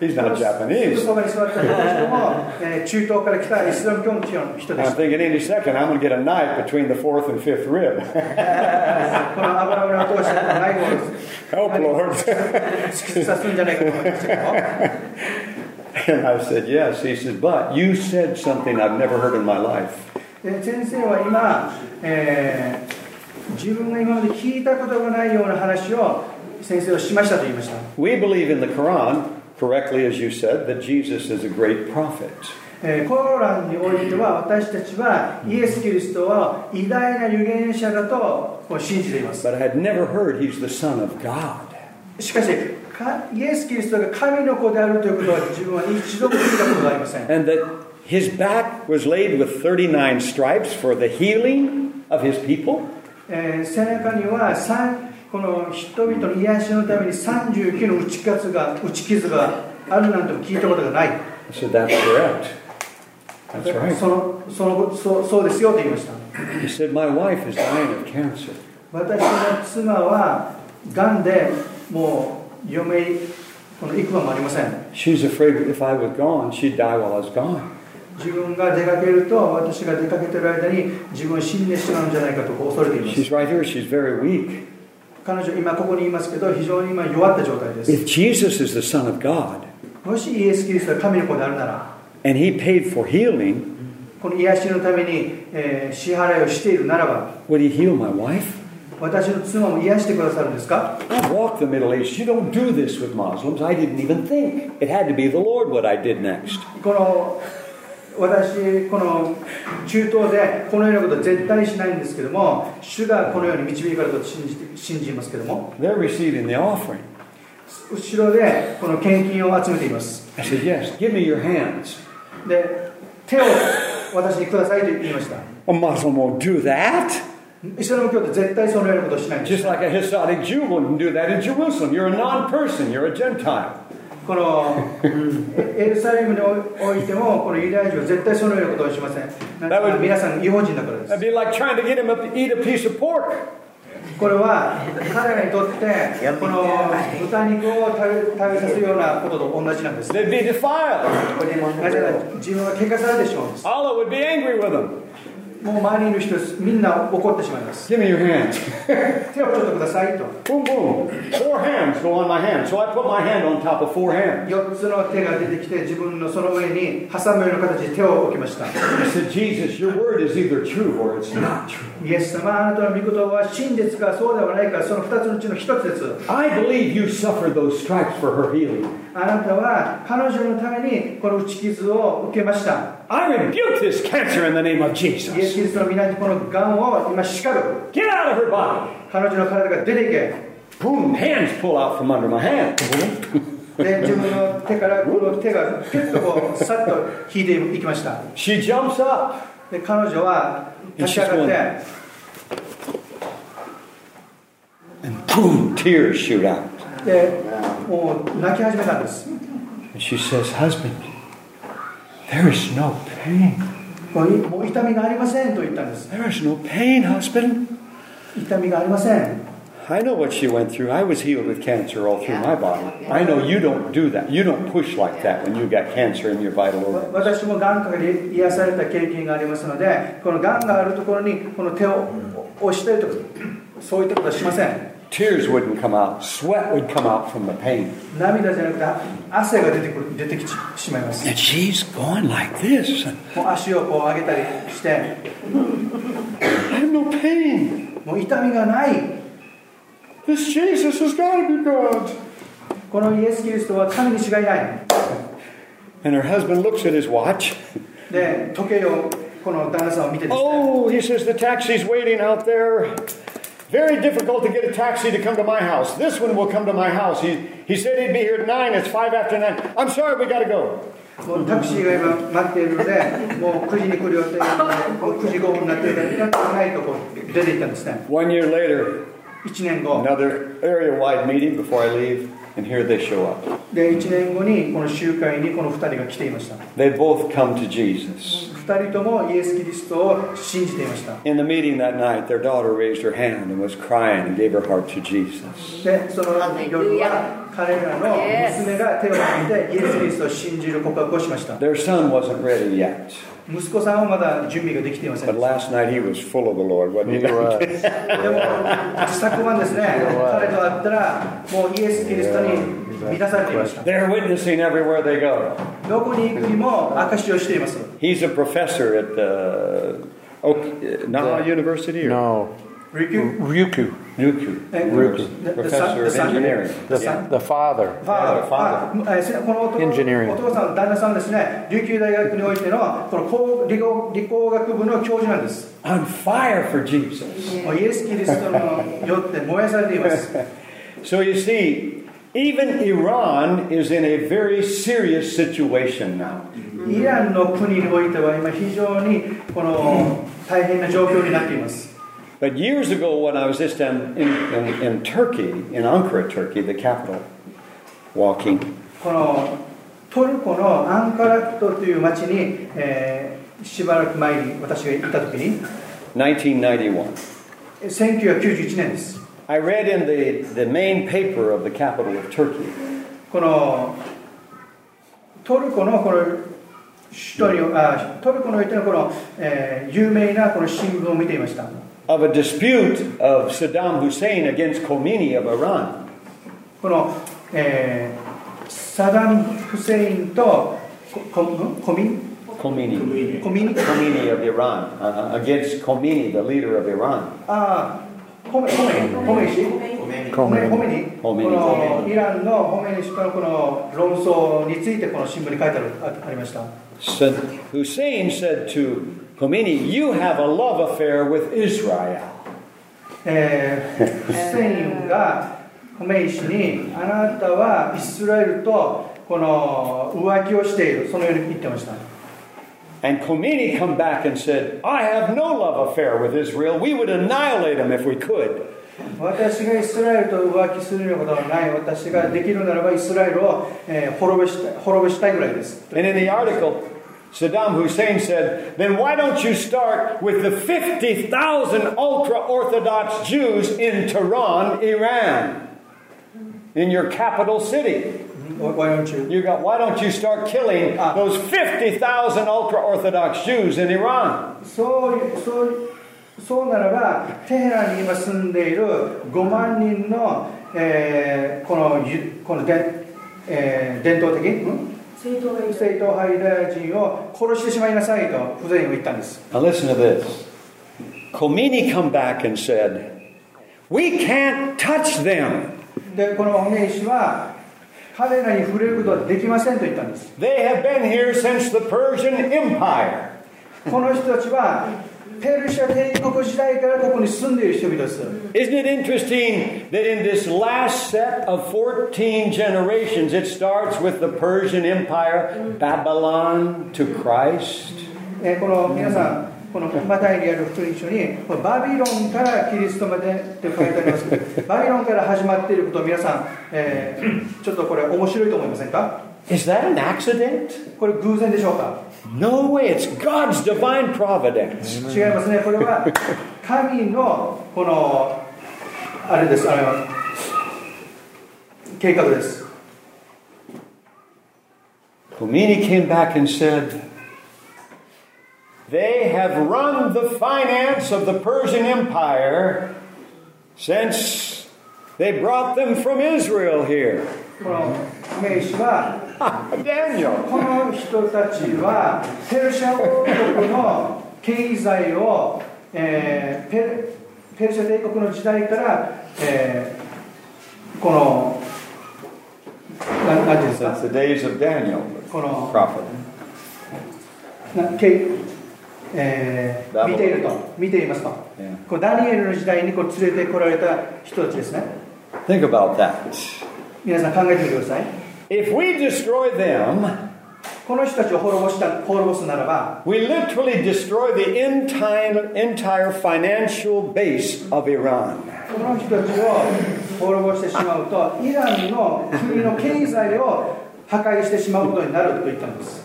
[SPEAKER 3] He's not
[SPEAKER 4] すぐ
[SPEAKER 3] Japanese.
[SPEAKER 4] そばに座っている人も、えー中東から来たイスラム教の人で
[SPEAKER 3] I'm
[SPEAKER 4] した
[SPEAKER 3] thinking any second I'm going to get a knife between the fourth and fifth rib.
[SPEAKER 4] この油々を通してないものを
[SPEAKER 3] Help, Oh, Lord.
[SPEAKER 4] 突き刺すんじゃないかと思いましたけども
[SPEAKER 3] and I said, Yes. He said, But you said something I've never heard in my life.
[SPEAKER 4] で先生は今、えー自分が今まで聞いたことがないような話を先生はしましたと言いました
[SPEAKER 3] We believe in the Quran, correctly as you said, that Jesus is a great prophet.
[SPEAKER 4] えーコーランにおいては私たちはイエス・キリストは偉大な預言者だとこう信じています
[SPEAKER 3] But I had never heard he's the Son of God.
[SPEAKER 4] しかしかイエス・キリストが神の子であるということは自分は一度も聞いたことがありません
[SPEAKER 3] and that his back was laid with 39 stripes for the healing of his people,
[SPEAKER 4] えー背中には三この人々の癒しのために39の打ち傷が打ち傷があるなんて聞いたことがない
[SPEAKER 3] I said, That's correct. That's
[SPEAKER 4] そ
[SPEAKER 3] right.
[SPEAKER 4] のそのそうそうですよと言いました
[SPEAKER 3] He said, My wife is dying of cancer.
[SPEAKER 4] 私の妻は癌でもう嫁この幾番もありません
[SPEAKER 3] She's afraid if I was gone, she'd die while I was gone.
[SPEAKER 4] 自分が出かけると私が出かけてる間に自分は死んでしまうんじゃないかとこう恐れています
[SPEAKER 3] She's right here. She's very weak.
[SPEAKER 4] 彼女今ここにいますけど非常に今弱った状態です
[SPEAKER 3] If Jesus is the Son of God
[SPEAKER 4] もしイエス・キリストが神の子であるなら
[SPEAKER 3] and He paid for healing,
[SPEAKER 4] この癒しのために、えー支払いをしているならば
[SPEAKER 3] would He heal my wife?
[SPEAKER 4] 私の妻も癒してくださるんですか
[SPEAKER 3] I walked the Middle East. You don't do this with Muslims. I didn't even think. It had to be the Lord what I did next.
[SPEAKER 4] この私この中東でこのようなことは絶対しないんですけども主がこのように導かれたと信じて信じますけども
[SPEAKER 3] They're receiving the offering.
[SPEAKER 4] 後ろでこの献金を集めています
[SPEAKER 3] I said, Yes, give me your hands.
[SPEAKER 4] で手を私にくださいと言いました
[SPEAKER 3] A Muslim won't do that.
[SPEAKER 4] イスラム教って絶対そのようなことをしないんで
[SPEAKER 3] Just
[SPEAKER 4] す
[SPEAKER 3] like a Hasidic Jew wouldn't do that in Jerusalem. You're a non person, you're a Gentile.
[SPEAKER 4] このエエルサレムにおいてもこのユダヤ人は絶対そのようなことをしませんなぜなら皆さん違法人だからです
[SPEAKER 3] That'd be like trying to get him to eat a piece of pork.
[SPEAKER 4] これは彼らにとってこの豚肉を食べ食べさせるようなことと同じなんですね
[SPEAKER 3] They'd be defiled.
[SPEAKER 4] なぜなら自分は喧嘩されてしまうんです
[SPEAKER 3] Allah would be angry with them.
[SPEAKER 4] もう周りにいる人みんな怒ってしまいます
[SPEAKER 3] Give me your hands.
[SPEAKER 4] 手をちょっとくださいと
[SPEAKER 3] Boom, boom. Four hands go on my hand. So I put my hand on top of four hands.
[SPEAKER 4] 4つの手が出てきて自分のその上に挟むような形で手を置きました
[SPEAKER 3] I said, Jesus, your word is either true or it's not true.
[SPEAKER 4] イエス様あなたの御言葉は真実かそうではないかその2つのうちの1つです
[SPEAKER 3] I believe you suffered those stripes for her healing.
[SPEAKER 4] あなたは彼女のためにこの打ち傷を受けました
[SPEAKER 3] I rebuke this cancer in the name of
[SPEAKER 4] イエス・キ
[SPEAKER 3] Jesus.
[SPEAKER 4] リストの皆にこの癌を今叱る
[SPEAKER 3] Get out of her body.
[SPEAKER 4] 彼女の体が出ていけ
[SPEAKER 3] Boom, hands pull out from under my hand.
[SPEAKER 4] で自分の手からこの手がピュッとこうさっと引いていきました
[SPEAKER 3] She jumps up.
[SPEAKER 4] で彼女は立ち上がって
[SPEAKER 3] Boom, tears shoot out.
[SPEAKER 4] でもう泣き始めたんです
[SPEAKER 3] And she says, Husband, there is no pain.
[SPEAKER 4] もういもう痛みがありませんと言ったんです
[SPEAKER 3] There is no pain, husband.
[SPEAKER 4] 痛みがありません
[SPEAKER 3] I know what she went through. I was healed with cancer all through my body. I know you don't do that. You don't push like that when you got cancer in your vital
[SPEAKER 4] わ
[SPEAKER 3] organ.
[SPEAKER 4] 私もがんから癒された経験がありますのでこのがんがあるところにこの手を押したりとかそういったことはしません
[SPEAKER 3] Tears wouldn't come out. Sweat would come out from the pain.
[SPEAKER 4] 涙じゃなくて汗が出てくる出てきてしまいます
[SPEAKER 3] And she's going like this. and,
[SPEAKER 4] もう足をこう上げたりして
[SPEAKER 3] I have no pain.
[SPEAKER 4] もう痛みがない
[SPEAKER 3] This Jesus has got to be God.
[SPEAKER 4] このイエス・キリストは神に違いない
[SPEAKER 3] And her husband looks at his watch.
[SPEAKER 4] で時計をこの旦那さんを見てですね
[SPEAKER 3] Oh, he says, the taxi's waiting out there. Very difficult to get a taxi to come to my house. This one will come to my house. He, he said he'd be here at 9. It's 5 after 9. I'm sorry, we got to go.
[SPEAKER 4] もうタクシーが今待っているのでもう9時に来る予定なのでもう9時5分になっているのでないとこう出て行ったんですね
[SPEAKER 3] One year later,
[SPEAKER 4] 1年後
[SPEAKER 3] another area wide meeting before I leave, and here they show up.
[SPEAKER 4] で1年後にこの集会にこの2人が来ていました
[SPEAKER 3] They both come to Jesus.
[SPEAKER 4] 2人ともイエス・キリストを信じていました
[SPEAKER 3] In the meeting that night, their daughter raised her hand and was crying and gave her heart to Jesus.
[SPEAKER 4] でその夜は彼らの娘が手を挙げてイエス・キリストを信じる告白をしました
[SPEAKER 3] Their son wasn't ready yet,
[SPEAKER 4] 息子さんはまだ準備ができていません
[SPEAKER 3] but
[SPEAKER 4] でも
[SPEAKER 3] last night he was full of the Lord, wasn't he?
[SPEAKER 4] 自作はですね彼と会ったらもうイエス・キリストに満たされていまし た
[SPEAKER 3] They're witnessing everywhere they go.
[SPEAKER 4] どこに行くにも証しをしています
[SPEAKER 3] He's a professor at the Oak, Naha University or
[SPEAKER 5] No.
[SPEAKER 4] 琉球
[SPEAKER 5] Ryukyu,
[SPEAKER 3] Nuku,
[SPEAKER 4] Eh,
[SPEAKER 3] Nuku,
[SPEAKER 4] the- the son-
[SPEAKER 3] professor
[SPEAKER 4] the
[SPEAKER 3] of
[SPEAKER 4] son-
[SPEAKER 3] engineering.
[SPEAKER 5] the,
[SPEAKER 4] Yeah.
[SPEAKER 5] the father.
[SPEAKER 4] ファーダー
[SPEAKER 3] Father
[SPEAKER 4] あえーこのお父
[SPEAKER 5] Engineering
[SPEAKER 4] お父さん旦那さんはですね琉球大学においてのこの工理工理工学部の教授なんです、
[SPEAKER 3] On fire for Jesus.
[SPEAKER 4] もうイエス・キリストのよって燃やされています
[SPEAKER 3] So you see, even Iran is in a very serious situation now.
[SPEAKER 4] イランの国においては今非常にこの大変な状況になっています
[SPEAKER 3] But years ago, when I was just in, in, in, in Turkey, in Ankara, Turkey, the capital, walking,
[SPEAKER 4] このトルコのアンカラクトという町に、えーしばらく前に私が行った時に、
[SPEAKER 3] 1991,
[SPEAKER 4] え1991年です
[SPEAKER 3] I read in the, the main paper of the capital of Turkey
[SPEAKER 4] このトルコのこの首都にあトルコにおいてのこの、えー有名なこの新聞を見ていました
[SPEAKER 3] of a dispute of Saddam Hussein against Khomeini of Iran.
[SPEAKER 4] この、えーサダム・フセインとココんコミン
[SPEAKER 3] Khomeini.
[SPEAKER 4] コミン
[SPEAKER 3] Khomeini of Iran. Uh, against Khomeini, the leader of Iran.
[SPEAKER 4] ああコメコメコメ氏コメコメニ
[SPEAKER 3] コ
[SPEAKER 4] こ
[SPEAKER 3] メニ
[SPEAKER 4] のイランのホメニ氏とのこの論争についてこの新聞に書いてあるあありました
[SPEAKER 3] Said- Hussein said to Khomeini, You have a love affair with Israel.
[SPEAKER 4] えーフセインがホメイ氏にあなたはイスラエルとこの浮気をしているそのように言ってました
[SPEAKER 3] And Khomeini come back and said, I have no love affair with Israel. We would annihilate them if we could.
[SPEAKER 4] 私がイスラエルと浮気するようなことはない私ができるならばイスラエルを、えー滅ぼしたい滅ぼしたいぐらいです
[SPEAKER 3] And in the article, Saddam Hussein said, Then why don't you start with the 50,000 ultra Orthodox Jews in Tehran, Iran, in your capital city?
[SPEAKER 4] Why don't you
[SPEAKER 3] You got, why don't you start killing those 50,000 ultra Orthodox Jews in Iran?
[SPEAKER 4] そういうそういうそうならばテヘランに今住んでいる5万人の、えーこのゆこので、えー伝統的ん正統派ユダヤ人を殺してしまいなさいとフゼインは言ったんです
[SPEAKER 3] Now listen to this. Khomeini come back and said, We can't touch them.
[SPEAKER 4] でこのホメイ氏は彼らに触れることはできませんと言ったんです
[SPEAKER 3] They have been here since the Persian Empire.
[SPEAKER 4] この人たちはペルシャ帝国時代からここに住んでいる人々です
[SPEAKER 3] Isn't it interesting that in this last set of 14 generations, it starts with the Persian Empire, Babylon to Christ?
[SPEAKER 4] えーこの皆さん、このマタイにある福音書に、このバビロンからキリストまでって書いてありますけど、バビロンから始まっていることを皆さん、えーちょっとこれ、面白いと思いませんか
[SPEAKER 3] Is that an accident?
[SPEAKER 4] これ、偶然でしょうか
[SPEAKER 3] No way, it's God's divine providence.
[SPEAKER 4] 違いますね、これは神のこの、あれです、あの計画です。
[SPEAKER 3] Khomeini came back and said, They have run the finance of the Persian Empire since they brought them from Israel here.
[SPEAKER 4] この名詞は
[SPEAKER 3] Daniel.
[SPEAKER 4] この人たちはペルシャ王国の経済を、えーペペルシャ帝国の時代から、えーこのななんていうんです
[SPEAKER 3] Since
[SPEAKER 4] か
[SPEAKER 3] the days of Daniel,
[SPEAKER 4] こ
[SPEAKER 3] the
[SPEAKER 4] の
[SPEAKER 3] prophet.
[SPEAKER 4] なけ、えー
[SPEAKER 3] ダブル
[SPEAKER 4] 見ていると見ていますと、
[SPEAKER 3] Yeah.
[SPEAKER 4] こうダニエルの時代にこう連れてこられた人たちですね
[SPEAKER 3] Think about that.
[SPEAKER 4] 皆さん考えてみてください
[SPEAKER 3] If we destroy them,
[SPEAKER 4] この人たちを滅ぼした滅ぼすならば
[SPEAKER 3] we literally destroy the entire, entire financial base of Iran.
[SPEAKER 4] この人たちを滅ぼしてしまうと、イランの国の経済を破壊してしまうことになると言ったんです。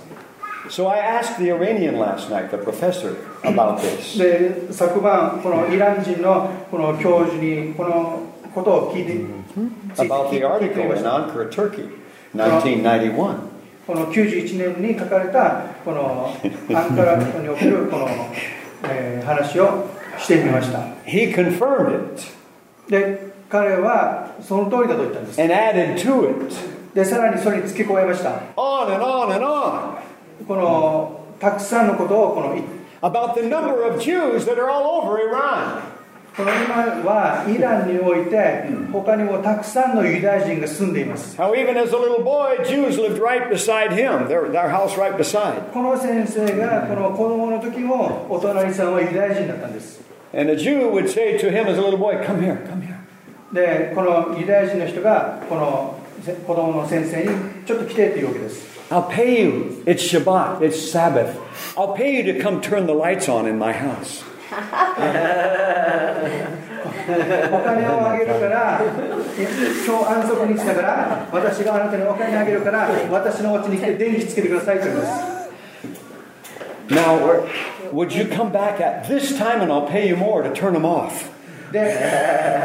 [SPEAKER 3] So I asked the Iranian last night, the professor, about this.
[SPEAKER 4] で、昨晩、このイラン人のこの教授にこのことを聞いて、ついて
[SPEAKER 3] About
[SPEAKER 4] 聞
[SPEAKER 3] the
[SPEAKER 4] いて聞いてみ
[SPEAKER 3] article
[SPEAKER 4] まし
[SPEAKER 3] in
[SPEAKER 4] た
[SPEAKER 3] Ankara, Turkey, 1991.
[SPEAKER 4] この91年に書かれた、このアンカラにおけるこの、えー話をしてみました。
[SPEAKER 3] He confirmed it
[SPEAKER 4] で、彼はその通りだと言ったんです。
[SPEAKER 3] and added to it.
[SPEAKER 4] で、さらにそれに付け加えました。
[SPEAKER 3] On and on and on.
[SPEAKER 4] このたくさんのことをこの
[SPEAKER 3] About the number of Jews that are all over Iran.
[SPEAKER 4] この今はイランにおいて他にもたくさんのユダヤ人が住んでいます
[SPEAKER 3] How even as a little boy, Jews lived right beside him, their, their house right beside.
[SPEAKER 4] この先生がこの子供の時もお隣さんはユダヤ人だったんです
[SPEAKER 3] And a Jew would say to him as a little boy, Come here, come here.
[SPEAKER 4] でこのユダヤ人の人がこのせ子供の先生にちょっと来てっていうわけです
[SPEAKER 3] I'll pay you. It's Shabbat, it's Sabbath. I'll pay you to come turn the lights on in my house.
[SPEAKER 4] お金をあげるからえ今日安息日だから私があなたにお金あげるから私のお家に来て電気つけてくださいと言うんです
[SPEAKER 3] Now, would you come back at this time and I'll pay you more to turn them off?
[SPEAKER 4] で、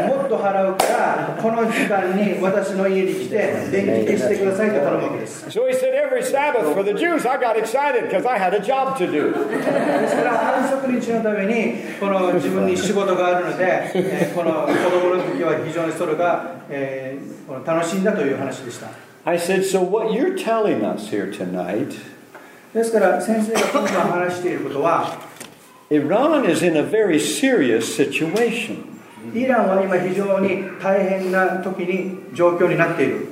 [SPEAKER 4] もっと払うから、この時間に私の家に来て、電気消してくださいと頼むわけです。
[SPEAKER 3] So he said, Every Sabbath for the Jews, I got excited because I had a job to do.
[SPEAKER 4] ですから、安息日のために、この自分に仕事があるので、えーこの子供の時は非常にそれが、えーこの楽しんだという話でした。
[SPEAKER 3] I said, So what you're telling us here tonight,
[SPEAKER 4] ですから、先生が今回話していることは、
[SPEAKER 3] Iran is in a very serious situation.
[SPEAKER 4] イランは今非常に大変な時に状況になっている。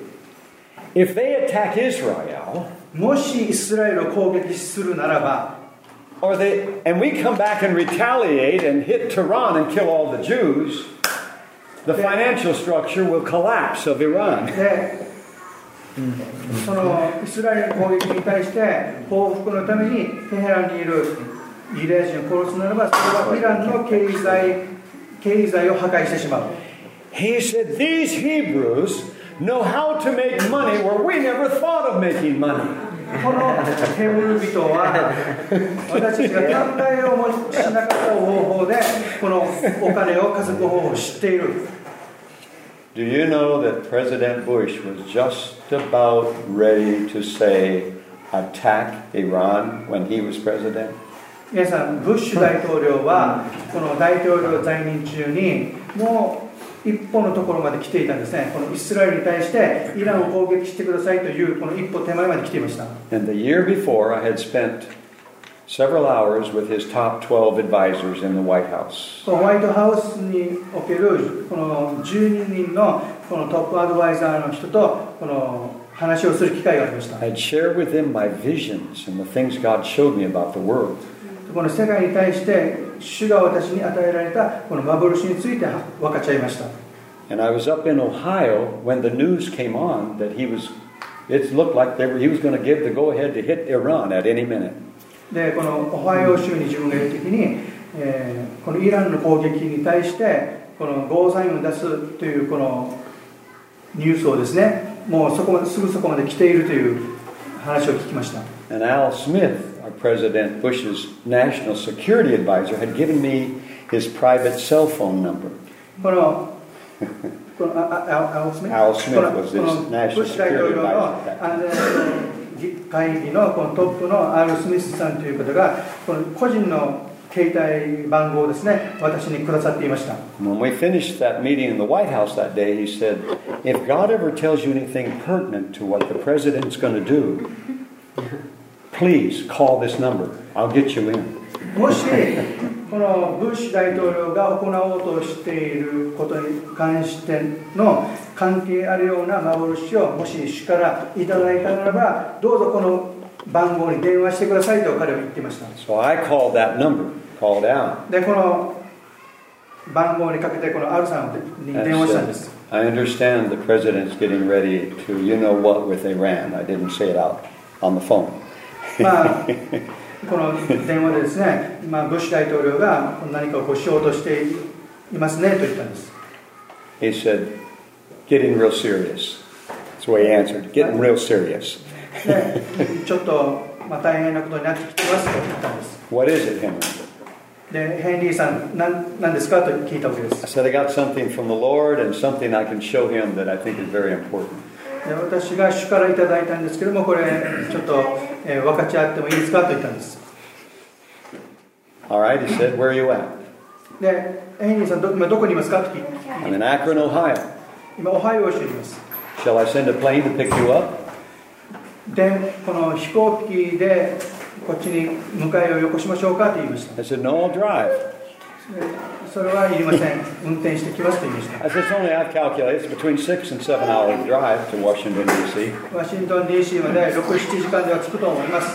[SPEAKER 3] If they attack Israel,
[SPEAKER 4] もしイスラエルを攻撃するならば、
[SPEAKER 3] or they, and we come back and retaliate and hit Tehran and kill all the Jews, the financial structure will collapse of Iran.
[SPEAKER 4] で、そのイスラエルの攻撃に対して報復のためにテヘランにいるユダヤ人を殺すならばそれはイランの経済経済を破壊してしまう
[SPEAKER 3] He said, These Hebrews know how to make money where we never thought of making money.
[SPEAKER 4] このヘブル人は私たちが考えをもしなかった方法でこのお金を稼ぐ方法を知っている
[SPEAKER 3] Do you know that President Bush was just about ready to say, attack Iran when he was president?
[SPEAKER 4] 皆さんブッシュ大統領はこの大統領在任中にもう一歩のところまで来ていたんですねこのイスラエルに対してイランを攻撃してくださいというこの一歩手前まで来ていました
[SPEAKER 3] And the year before, I had spent several hours with his top 12 advisors in the White House.
[SPEAKER 4] ホワイトハウスにおけるこの12人のこのトップアドバイザーの人とこの話をする機会がありました
[SPEAKER 3] I'd share with them my visions and the things God showed me about the world.
[SPEAKER 4] この世界に対して主が私に与えられたこの幻について分かっちゃいました
[SPEAKER 3] And I was up in Ohio when the news came on that he was, it looked like they were, he was going to give the go ahead to hit Iran at any minute.
[SPEAKER 4] でこのオハイオ州に自分がいる時に、えーこのイランの攻撃に対してこのゴーサインを出すというこのニュースをですねもうそこまですぐそこまで来ているという話を聞きました
[SPEAKER 3] And Al Smith, our President Bush's national security advisor, had given me his private cell phone number.
[SPEAKER 4] このこのあああ青スミ
[SPEAKER 3] 青スミス
[SPEAKER 4] この
[SPEAKER 3] was
[SPEAKER 4] こ
[SPEAKER 3] this
[SPEAKER 4] の
[SPEAKER 3] national
[SPEAKER 4] ブッシュ大統領
[SPEAKER 3] security
[SPEAKER 4] の
[SPEAKER 3] advisor
[SPEAKER 4] 安全保障会議のこのトップのアール・スミスさんという方がこの個人の携帯番号をですね私にくださっていました
[SPEAKER 3] And When we finished that meeting in the White House that day, he said, If God ever tells you anything pertinent to what the president's going to do, please call this number. I'll get you in.
[SPEAKER 4] もしこのブッシュ大統領が行おうとしていることに関しての関係あるような幻をもし主からいただいたならばどうぞこの番号に電話してくださいと彼は言っていました
[SPEAKER 3] So I called that number, called out.
[SPEAKER 4] でこの番号にかけてこのアルさんに
[SPEAKER 3] and
[SPEAKER 4] 電話したんで
[SPEAKER 3] said,
[SPEAKER 4] す
[SPEAKER 3] I understand the president's getting ready to you know what with Iran. I didn't say it out on the phone.
[SPEAKER 4] まあこの電話でですね、まあ、ブッシュ大統領が何かをこうしようとしていますねと言ったんです
[SPEAKER 3] He said, Getting real serious. That's the way he answered, getting real serious.
[SPEAKER 4] でちょっと、まあ、大変なことになってきてますと言ったんです
[SPEAKER 3] What is it, Henry?
[SPEAKER 4] でヘンリーさんなん何ですかと聞いたわけで
[SPEAKER 3] I
[SPEAKER 4] す
[SPEAKER 3] said, I got something from the Lord and something I can show him that I think is very important.
[SPEAKER 4] で私が主からいただいたんですけどもこれちょっと、えー分かち合ってもいいですかと言ったんです
[SPEAKER 3] All right, he said, where are you at?
[SPEAKER 4] でヘンリーさんど今どこにいますかと聞いて
[SPEAKER 3] I'm in Akron, Ohio.
[SPEAKER 4] 今オハイオ州にいます
[SPEAKER 3] Shall I send a plane to pick you up?
[SPEAKER 4] でこの飛行機でこっちに迎えをよこしましょうかと言いました
[SPEAKER 3] I said, no, I'll drive.
[SPEAKER 4] それはいりません運転してきますと言いまし
[SPEAKER 3] I said, it's only I've calculated, it's between six and seven hour drive to Washington, D.C.
[SPEAKER 4] たワシントン DC まで67時間では着くと思います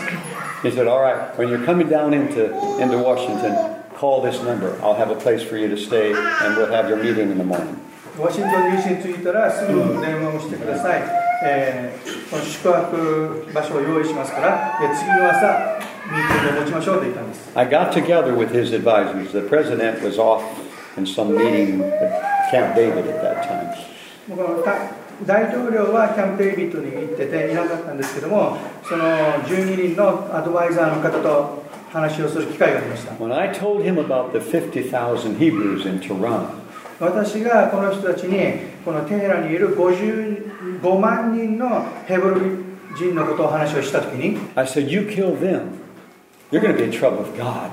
[SPEAKER 3] He said, all right, when you're coming down into, into Washington, call this number. I'll have a place for you to stay and we'll have your meeting in the morning.
[SPEAKER 4] ワシントン DC に着いたらすぐ電話をしてください、えーこの宿泊場所を用意しますからで次の朝ミーティングを持ちましょうと言ったんです
[SPEAKER 3] I got together with his advisors. The president was off in some meeting at Camp David at that time.
[SPEAKER 4] もうこのた大統領はキャンプ・デイビッドに行ってていなかったんですけどもその12人のアドバイザーの方と話をする機会がありました
[SPEAKER 3] When I told him about the 50,000 Hebrews in Tehran,
[SPEAKER 4] 私がこの人たちにこのテヘラにいる55万人のヘブル人のことを話をした時に
[SPEAKER 3] I said, You kill them. You're going to be in trouble with God.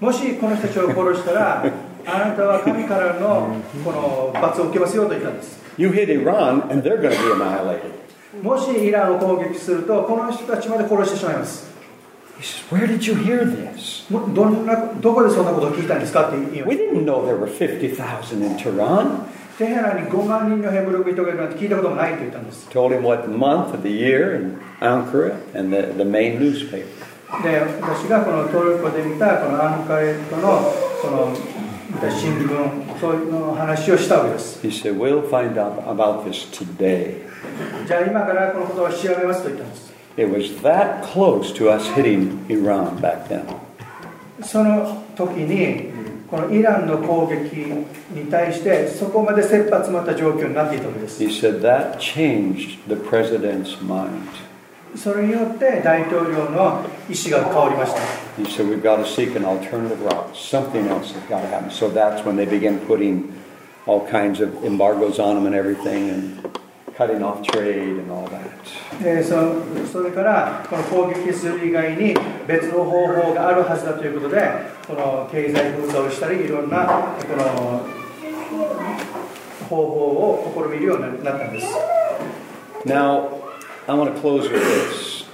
[SPEAKER 4] もしこの人たちを殺したらあなたは神からのこの罰を受けますよと言ったんです
[SPEAKER 3] You hit Iran, and they're going to be annihilated.
[SPEAKER 4] もしイランを攻撃するとこの人たちまで殺してしまいます
[SPEAKER 3] He says, Where did you hear this?
[SPEAKER 4] もどんなどこでそんなことを聞いたんですかって言う
[SPEAKER 3] We didn't know there were 50,000 in Tehran.
[SPEAKER 4] テヘラに5万人のヘブル人がいるなんて聞いたこともないと言ったんです
[SPEAKER 3] Told him what month of the year in Ankara and the, the main newspaper.
[SPEAKER 4] で私がこのトルコで見たこのアンカレットのその見た新聞そういうの話をしたわけです
[SPEAKER 3] He said, We'll find out about this today.
[SPEAKER 4] じゃあ今からこのことを調べますと言ったんです
[SPEAKER 3] It was that close to us hitting Iran back then.
[SPEAKER 4] その時にこのイランの攻撃に対してそこまで切羽詰まった状況になっていたわけです
[SPEAKER 3] He said that changed the president's mind.
[SPEAKER 4] それによって大統領の意思が変わりました
[SPEAKER 3] He said, We've got to seek an alternative route. Something else has got to happen. So that's when they began putting all kinds of embargoes on them and everything and cutting off trade and all that.
[SPEAKER 4] でそのそれからこの攻撃する以外に別の方法があるはずだということでこの経済封鎖をしたりいろんなこの方法を試みるようになったんです
[SPEAKER 3] Now, I want to close with this.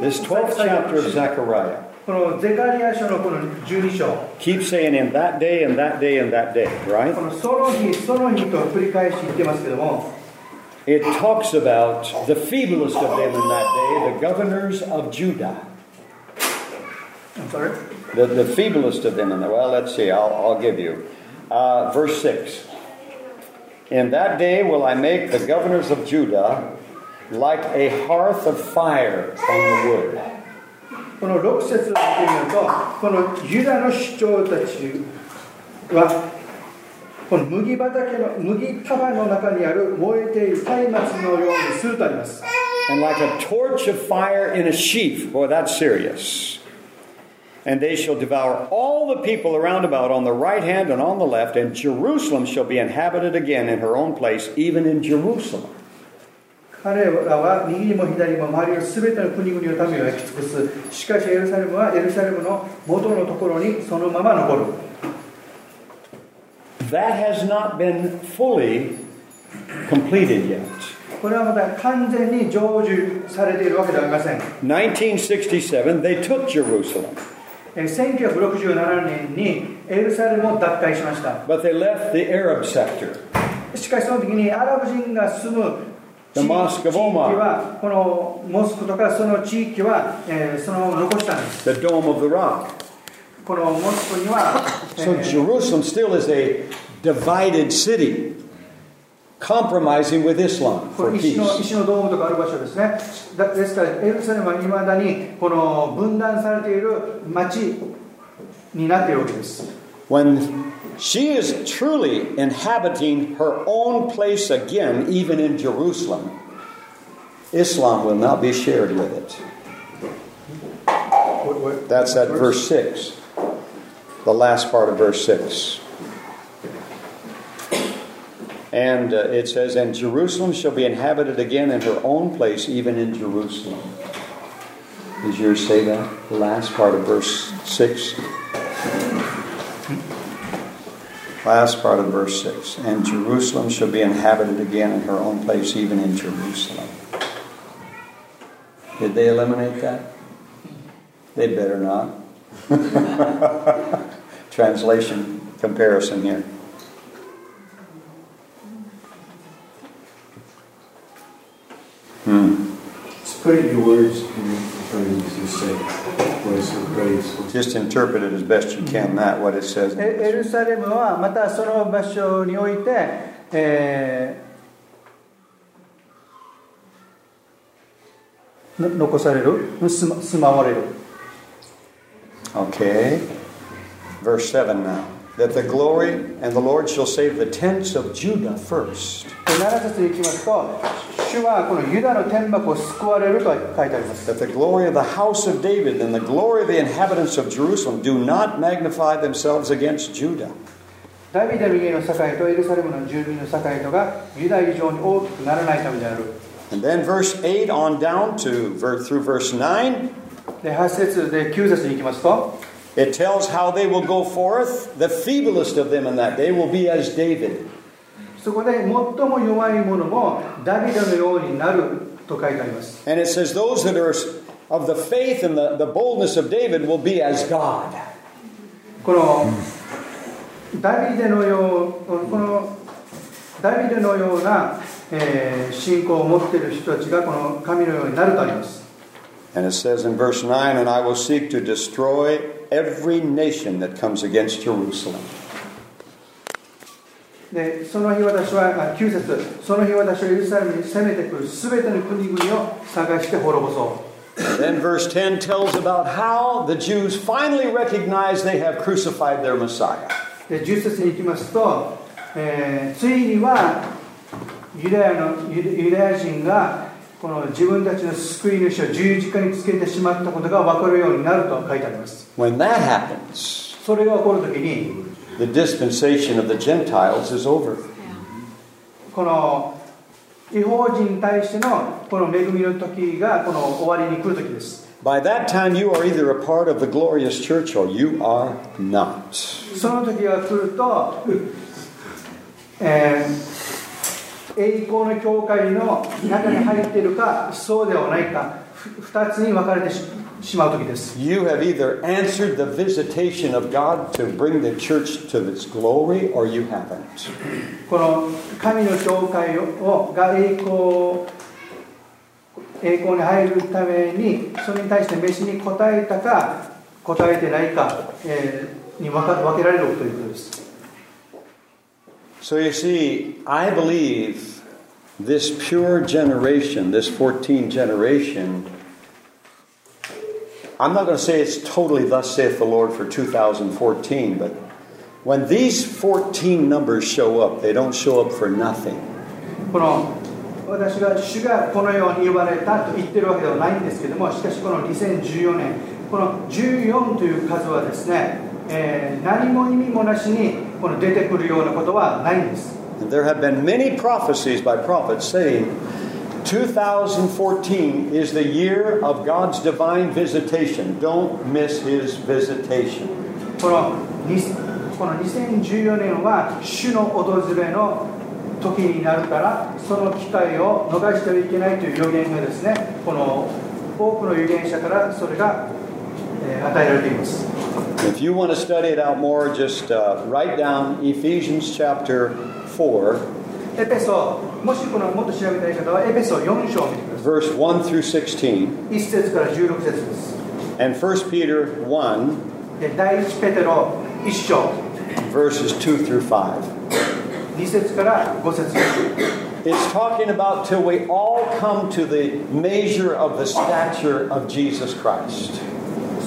[SPEAKER 3] This 12th chapter of Zechariah
[SPEAKER 4] このゼカリア書のこの12章
[SPEAKER 3] keeps saying, in that day, and that day, and that day,
[SPEAKER 4] こ
[SPEAKER 3] right?
[SPEAKER 4] のその日その日と繰り返し言ってますけども
[SPEAKER 3] It talks about the feeblest of them in that day, the governors of Judah.
[SPEAKER 4] I'm sorry
[SPEAKER 3] The, the feeblest of them in the, well, let's see, I'll, I'll give you. Uh, verse 6. In that day will I make the governors of Judah like a hearth of fire on the wood.
[SPEAKER 4] この6節を見てみるとこのユダの主張たちはこの麦畑の麦束の中にある燃えている松明のようにするとあります
[SPEAKER 3] and like a torch of fire in a sheaf. Boy, that's serious. And they shall devour all the people around about on the right hand and on the left, and Jerusalem shall be inhabited again in her own place, even in Jerusalem.
[SPEAKER 4] 彼らは右にも左にも周りの全ての国々の民を焼き尽くすしかしエルサレムはエルサレムの元のところにそのまま残る
[SPEAKER 3] That has not been fully completed yet.
[SPEAKER 4] これはまた完全に成就されているわけではありません
[SPEAKER 3] 1967, they took Jerusalem,
[SPEAKER 4] えー1967年にエルサレムを奪回しました
[SPEAKER 3] but they left the Arab sector.
[SPEAKER 4] しかしその時にアラブ人が住む
[SPEAKER 3] The
[SPEAKER 4] 地域
[SPEAKER 3] Mosque of Omar
[SPEAKER 4] 地域はこのモスクとかその地域は、えーそのまま残したんです
[SPEAKER 3] The Dome of the Rock.
[SPEAKER 4] このモスクには、え
[SPEAKER 3] So
[SPEAKER 4] ー
[SPEAKER 3] Jerusalem still is a divided city, compromising with Islam
[SPEAKER 4] こ
[SPEAKER 3] for
[SPEAKER 4] の石の
[SPEAKER 3] peace.
[SPEAKER 4] 石のドームとかある場所ですねだですからエルサレムはいまだにこの分断されている町になっているわけです
[SPEAKER 3] When she is truly inhabiting her own place again, even in Jerusalem, Islam will not be shared with it. That's at verse 6, the last part of verse 6. And uh, it says, And Jerusalem shall be inhabited again in her own place, even in Jerusalem. Does yours say that? The last part of verse 6? Last part of verse 6. And Jerusalem shall be inhabited again in her own place, even in Jerusalem. Did they eliminate that? They better not. Translation comparison here.
[SPEAKER 5] Spread your words in the phrases you say, words of praise.
[SPEAKER 3] Just interpret it as best you can, that what it says.
[SPEAKER 4] エエルサレムはまたその場所において、えーの残される住ま住まわれる
[SPEAKER 3] Okay. Verse 7 now. That the glory and the Lord shall save the tents of Judah first.
[SPEAKER 4] 7節に行きますと主はこのユダの天幕を救われると書いてあります
[SPEAKER 3] that the glory of the house of David and the glory of the inhabitants of Jerusalem do not magnify themselves against Judah.
[SPEAKER 4] ダビデの家の境とエルサレムの住民の境とがユダ以上に大きくならないためである
[SPEAKER 3] And then verse 8 on down to ver- through verse 9,
[SPEAKER 4] で8節で9節に行きますと
[SPEAKER 3] it tells how they will go forth. The feeblest of them in that day will be as David.
[SPEAKER 4] そこで最も弱い者もダビデのようになると書いてあります
[SPEAKER 3] And it says those that are of the faith and the, the boldness of David will be as God.
[SPEAKER 4] このダビデのようこのダビデのような、えー信仰を持っている人たちがこの神のようになるとあります
[SPEAKER 3] And it says in verse 9, and I will seek to destroy every nation that comes against Jerusalem.
[SPEAKER 4] でその日私はあ9節その日私はエルサレムに攻めてくるすべての国々を探して滅ぼそう
[SPEAKER 3] And then verse 10 tells about how the Jews finally recognize they have crucified their Messiah.
[SPEAKER 4] で10節に行きますと、えーついにはユダヤのユダユダヤ人がこの自分たちの救い主を十字架につけてしまったことが分かるようになると書いてあります
[SPEAKER 3] When that happens,
[SPEAKER 4] それが起こるときに
[SPEAKER 3] the dispensation of the Gentiles is over.
[SPEAKER 4] この違法人に対してのこの恵みの時がこの終わりに来る時です
[SPEAKER 3] By that time, you are either a part of the glorious church or you are not.
[SPEAKER 4] その時が来ると、えー栄光の教会の中に入っているかそうではないか2つに分かれてししまう時です
[SPEAKER 3] You have either answered the visitation of God to bring the church to its glory or you haven't.
[SPEAKER 4] この神の教会をが栄光を栄光に入るためにそれに対して飯に応えたか応えてないか、えーに分か分けられるということです
[SPEAKER 3] So you see, I believe this pure generation, this 14 generation, I'm not going to say it's totally thus saith the Lord for 2014, but when these 14 numbers show up, they don't show up for nothing.
[SPEAKER 4] この私が主がこのように呼ばれたと言ってるわけではないんですけどもしかしこの2014年この14という数はですね、えー何も意味もなしにこの出てくるようなことはないんです
[SPEAKER 3] And there have been many prophecies by prophets saying 2014 is the year of God's divine visitation. Don't miss his visitation.
[SPEAKER 4] このにこの2014年は主の訪れの時になるからその機会を逃してはいけないという予言がですねこの多くの預言者からそれが、えー与えられています
[SPEAKER 3] If you want to study it out more, just uh, write down Ephesians chapter 4,
[SPEAKER 4] エペソ、もしこのもっと調べたい方はエペソ4章を見てくださ
[SPEAKER 3] verse 1 through 16,
[SPEAKER 4] い。1節から16節です。
[SPEAKER 3] and 1 Peter 1,
[SPEAKER 4] で第1ペテロ1章、
[SPEAKER 3] verses 2 through 5.
[SPEAKER 4] 2節から5節です。
[SPEAKER 3] It's talking about till we all come to the measure of the stature of Jesus Christ.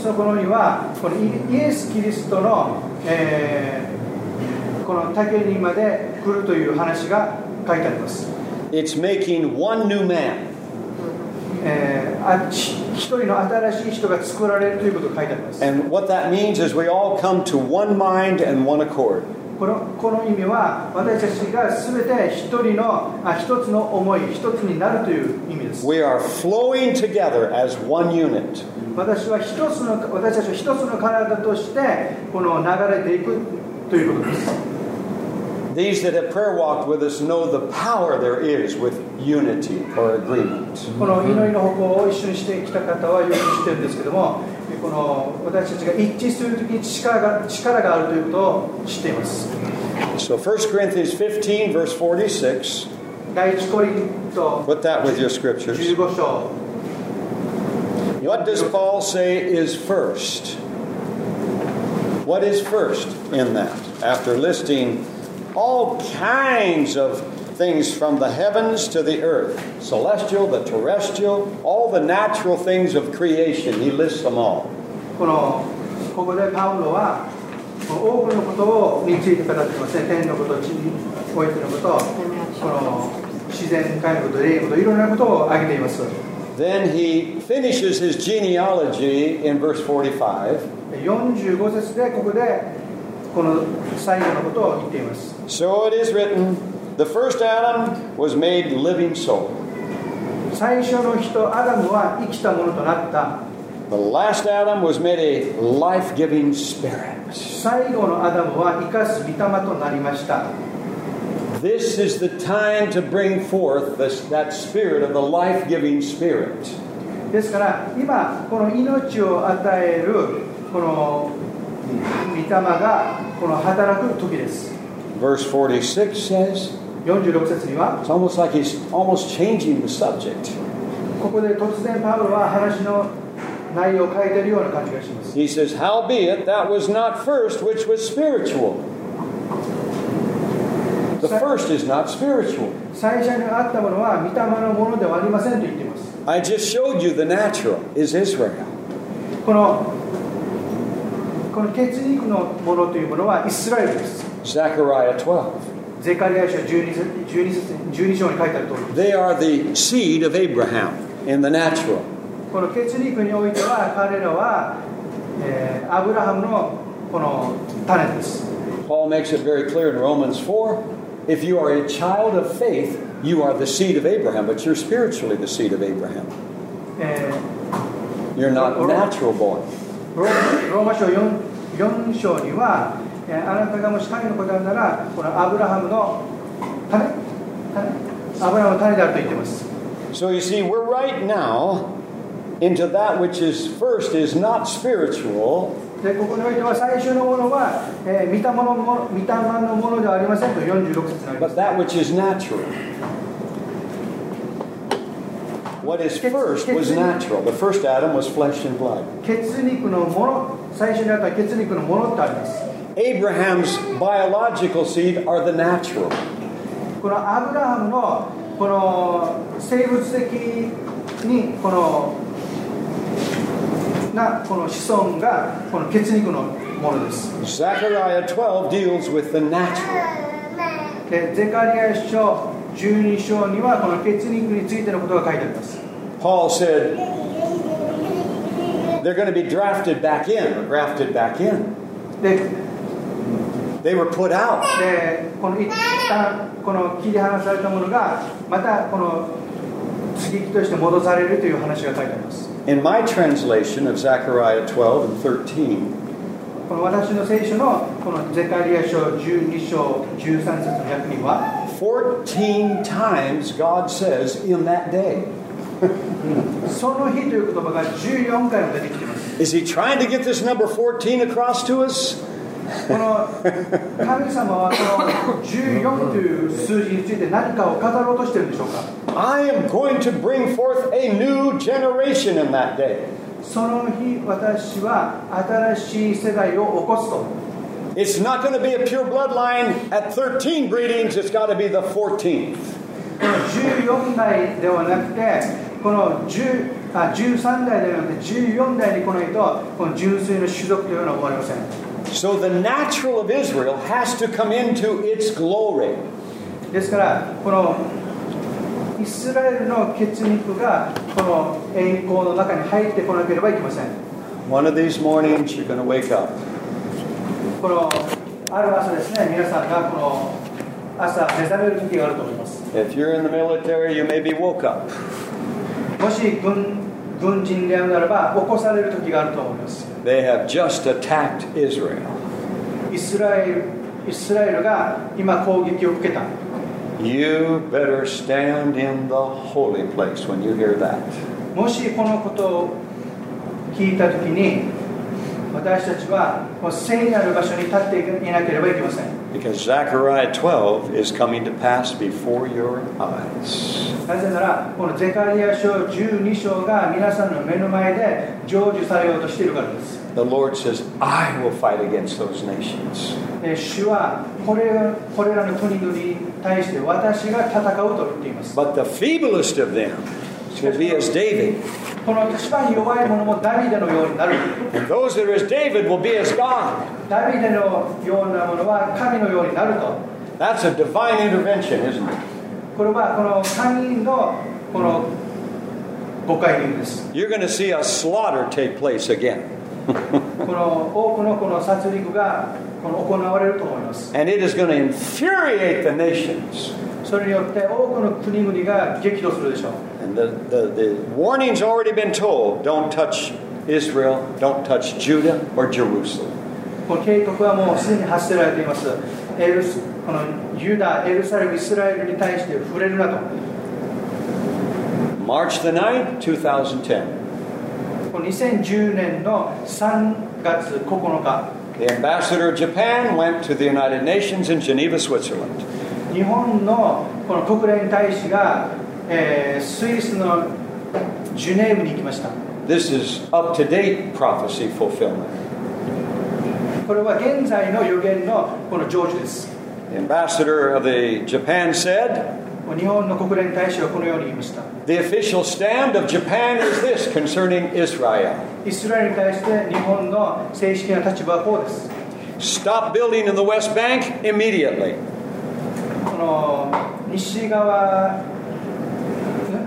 [SPEAKER 4] そこのにはこのイイエス・キリストの、えーこの竹にまで来るという話が書いてあります。
[SPEAKER 3] It's making one new man,
[SPEAKER 4] えーあち一人の新しい人が作られるということが書いてあります。
[SPEAKER 3] and what that means is we all come to one mind and one accord.
[SPEAKER 4] このこの意味は私たちが全て一人のあ一つの思い一つになるという意味です。
[SPEAKER 3] We are flowing together as one unit.
[SPEAKER 4] 私は一つの私たちは一つの体としてこの流れていくということです
[SPEAKER 3] These that have prayer walked with us know the power there is with unity or agreement.
[SPEAKER 4] この祈りの歩行を一緒にしてきた方はよく知ってるんですけどもこの私たちが一致する時に力が力があるということを知っています
[SPEAKER 3] So 1 Corinthians 15, verse 46,
[SPEAKER 4] 第一コリント
[SPEAKER 3] put that with your scriptures.
[SPEAKER 4] 15章
[SPEAKER 3] What does Paul say is first? What is first in that? After listing all kinds of things from the heavens to the earth celestial, the terrestrial, all the natural things of creation, he lists them all.
[SPEAKER 4] このここでパウロは多くのことをについて語ってますね天のこと地においてのことこの自然界のこと霊のこといろんなことを挙げています
[SPEAKER 3] Then he finishes his genealogy in verse 45.
[SPEAKER 4] 45節でここでこの最後のことを言っています
[SPEAKER 3] So it is written, the first Adam was made living soul.
[SPEAKER 4] 最初の人アダムは生きたものとなった
[SPEAKER 3] The last Adam was made a life giving spirit.
[SPEAKER 4] 最後のアダムは生かす御霊となりました
[SPEAKER 3] This is the time to bring forth this, that spirit of the life giving spirit.
[SPEAKER 4] ですから今この命を与えるこの御霊がこの働く時です
[SPEAKER 3] Verse 46 says,
[SPEAKER 4] 46節には
[SPEAKER 3] it's almost like he's almost changing the subject.
[SPEAKER 4] ここで突然パウロは話の内容を変えているような感じがします
[SPEAKER 3] He says, Howbeit, that was not first which was spiritual. The first is not spiritual.
[SPEAKER 4] 最初にあったものは御霊のものではありませんと言っています
[SPEAKER 3] I just showed you the natural is Israel.
[SPEAKER 4] このこの血肉のものというものはイスラエルです
[SPEAKER 3] Zechariah 12.
[SPEAKER 4] ゼカリア書12節 ,12 節12章に書いてある通り
[SPEAKER 3] They are the seed of Abraham in the natural.
[SPEAKER 4] この血肉においては彼らは、えーアブラハムのこの種です
[SPEAKER 3] Paul makes it very clear in Romans 4 if you are a child of faith, you are the seed of Abraham, but you're spiritually the seed of Abraham.
[SPEAKER 4] え
[SPEAKER 3] You're not natural born.
[SPEAKER 4] ーローローマ書 4, 4章には、えーあなたがもし神の子であるならこのアブラハムの種種アブラハムの種であると言ってます
[SPEAKER 3] So you see, we're right now into that which is first is not spiritual,
[SPEAKER 4] でここにおいては最初のものは、えー、見たものも見たまのものではありませんと46節になりま
[SPEAKER 3] but
[SPEAKER 4] す
[SPEAKER 3] that which is natural. What is first was natural. The first Adam was flesh and blood.
[SPEAKER 4] 血肉のもの最初にあった血肉のものってあります
[SPEAKER 3] Abraham's biological seed are the natural.
[SPEAKER 4] このアブラハムのこの生物的にこのなこの子孫がこの血肉のものです。
[SPEAKER 3] Zechariah 12 deals with the natural.
[SPEAKER 4] でゼカリア書12章にはこの血肉についてのことが書いてあります。
[SPEAKER 3] Paul said they're going to be drafted back in, or grafted back in.
[SPEAKER 4] で
[SPEAKER 3] They were put out.
[SPEAKER 4] でこの一旦この切り離されたものがまたこの接ぎ木として戻されるという話が書いてあります。
[SPEAKER 3] In my translation of Zechariah 12 and 13,
[SPEAKER 4] この私の聖書のこのゼカリア書12章13節の役には
[SPEAKER 3] 14 times God says in that day.
[SPEAKER 4] その日という言葉が14回も出てきてます。
[SPEAKER 3] Is he trying to get this number 14 across to us?
[SPEAKER 4] この神様はこの14という数字について何かを語ろうとしてるんでしょうか
[SPEAKER 3] I am going to bring forth a new generation in that day.
[SPEAKER 4] その日私は新しい世代を起こすと。
[SPEAKER 3] It's not going to be a pure bloodline at 13 breedings, it's got to be the 14th.
[SPEAKER 4] この14代ではなくて、この10あ13代ではなくて14代に来ないと、この純粋の種族というのは終わりません。
[SPEAKER 3] So the natural of Israel has to come into its glory.
[SPEAKER 4] ですからこのイスラエルの血肉がこの栄光の中に入ってこなければいけません
[SPEAKER 3] One of these mornings, you're going to wake up.
[SPEAKER 4] このある朝ですね皆さんがこの朝目覚める時があると思います
[SPEAKER 3] If you're in the military, you may be woke up.
[SPEAKER 4] もし軍軍人であるならば起こされる時があると思います
[SPEAKER 3] They have just attacked Israel.
[SPEAKER 4] イスラエルイスラエルが今攻撃を受けた
[SPEAKER 3] You better stand in the holy place when you hear that.
[SPEAKER 4] もしこのことを聞いた時に私たちはこの聖なる場所に立っていなければいけません
[SPEAKER 3] Because Zechariah 12 is coming to pass before your eyes.
[SPEAKER 4] なぜなら、このゼカリア書12章が皆さんの目の前で成就されようとしているからです。
[SPEAKER 3] The Lord says, I will fight against those nations.
[SPEAKER 4] えー主はこれこれらの国々に対して私が戦うと言っています。
[SPEAKER 3] But the feeblest of them shall be as David,
[SPEAKER 4] この一番弱い者もダビデのようになる。
[SPEAKER 3] and those that are as David will be as God.
[SPEAKER 4] ダビデのようなものは神のようになると。
[SPEAKER 3] That's a divine intervention, isn't it?
[SPEAKER 4] これはこの3人のこの誤解人です。
[SPEAKER 3] You're going to see a slaughter take place again.
[SPEAKER 4] この多くのこの殺戮がこの行われると思います
[SPEAKER 3] And it is going to infuriate the nations.
[SPEAKER 4] それによって多くの国々が激怒するでしょう
[SPEAKER 3] And the, the, the warning's already been told don't touch Israel, don't touch Judah or Jerusalem.
[SPEAKER 4] この警告はもうすでに発せられていますエルスこのユダエルサレムイスラエルに対して触れるなと
[SPEAKER 3] March the 9th, 2010.
[SPEAKER 4] この2010年の3月9日
[SPEAKER 3] The ambassador of Japan went to the United Nations in Geneva, Switzerland.
[SPEAKER 4] 日本のこの国連大使が、えースイスのジュネーブに行きました
[SPEAKER 3] This is up to date prophecy fulfillment.
[SPEAKER 4] これは現在の予言のこの成就です
[SPEAKER 3] The ambassador of the Japan said,
[SPEAKER 4] 日本の国連大使はこのように言いました
[SPEAKER 3] The official stand of Japan is this concerning Israel
[SPEAKER 4] イスラエルに対して日本の正式な立場はこうです
[SPEAKER 3] stop building in the West Bank immediately.
[SPEAKER 4] この西側ん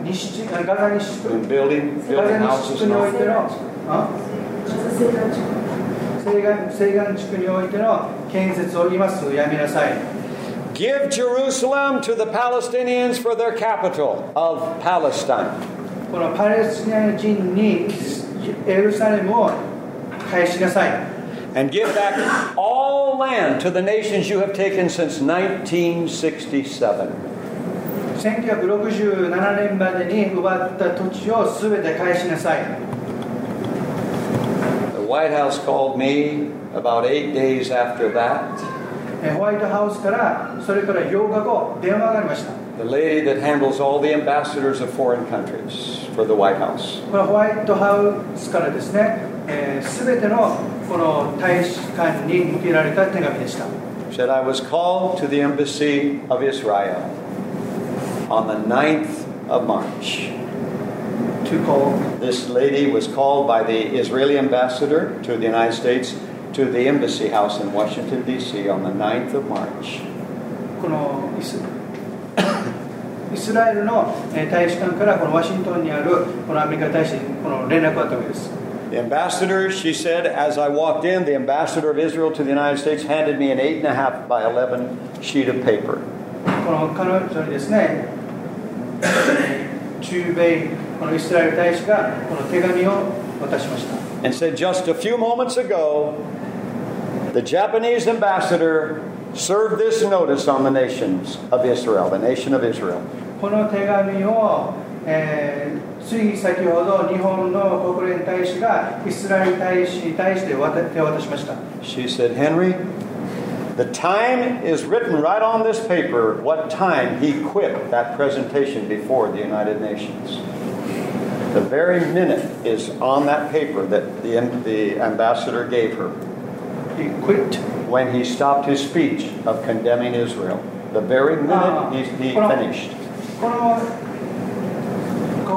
[SPEAKER 4] 西地ガザ西地区
[SPEAKER 3] And building,
[SPEAKER 4] ガ
[SPEAKER 3] building
[SPEAKER 4] ザ西
[SPEAKER 3] houses
[SPEAKER 4] 地区に
[SPEAKER 3] now.
[SPEAKER 4] おいてのあ西岸西岸地区においての建設を今すぐやめなさい
[SPEAKER 3] Give Jerusalem to the Palestinians for their capital of Palestine.
[SPEAKER 4] このパレスチナ人にエルサレムを返しなさい
[SPEAKER 3] And give back all land to the nations you have taken since 1967.
[SPEAKER 4] 1967年までに奪った土地を全て返しなさい
[SPEAKER 3] The White House called me about eight days after that.
[SPEAKER 4] えホワイトハウスからそれから8日後電話がありました
[SPEAKER 3] The lady that handles all the ambassadors of foreign countries for the White House.
[SPEAKER 4] このホワイトハウスからですね、えー、全てのこの大使館に向けられた手紙でした
[SPEAKER 3] Said I was called to the embassy of Israel on the 9th of March.
[SPEAKER 4] To call
[SPEAKER 3] This lady was called by the Israeli ambassador to the United States to the embassy house in Washington, D.C. on the 9th of March.
[SPEAKER 4] このイス イスラエルのえー大使館からこのワシントンにあるこのアメリカ大使にこの連絡があったわけです
[SPEAKER 3] The ambassador, she said, as I walked in, the ambassador of Israel to the United States handed me an 8.5 by 11 sheet of paper.
[SPEAKER 4] この彼女にですね 中米このイスラエル大使がこの手紙を渡しました
[SPEAKER 3] and said just a few moments ago the Japanese ambassador served this notice on the nations of Israel, the nation of Israel.
[SPEAKER 4] この手紙を、えーつい先ほど日本の国連大使がイスラエル大使に対して渡手渡しました
[SPEAKER 3] She said, Henry, the time is written right on this paper what time he quit that presentation before the United Nations. The very minute is on that paper that the, the ambassador gave her
[SPEAKER 4] He quit.
[SPEAKER 3] when he stopped his speech of condemning Israel. The very minute he, he
[SPEAKER 4] Ah.
[SPEAKER 3] finished.
[SPEAKER 4] この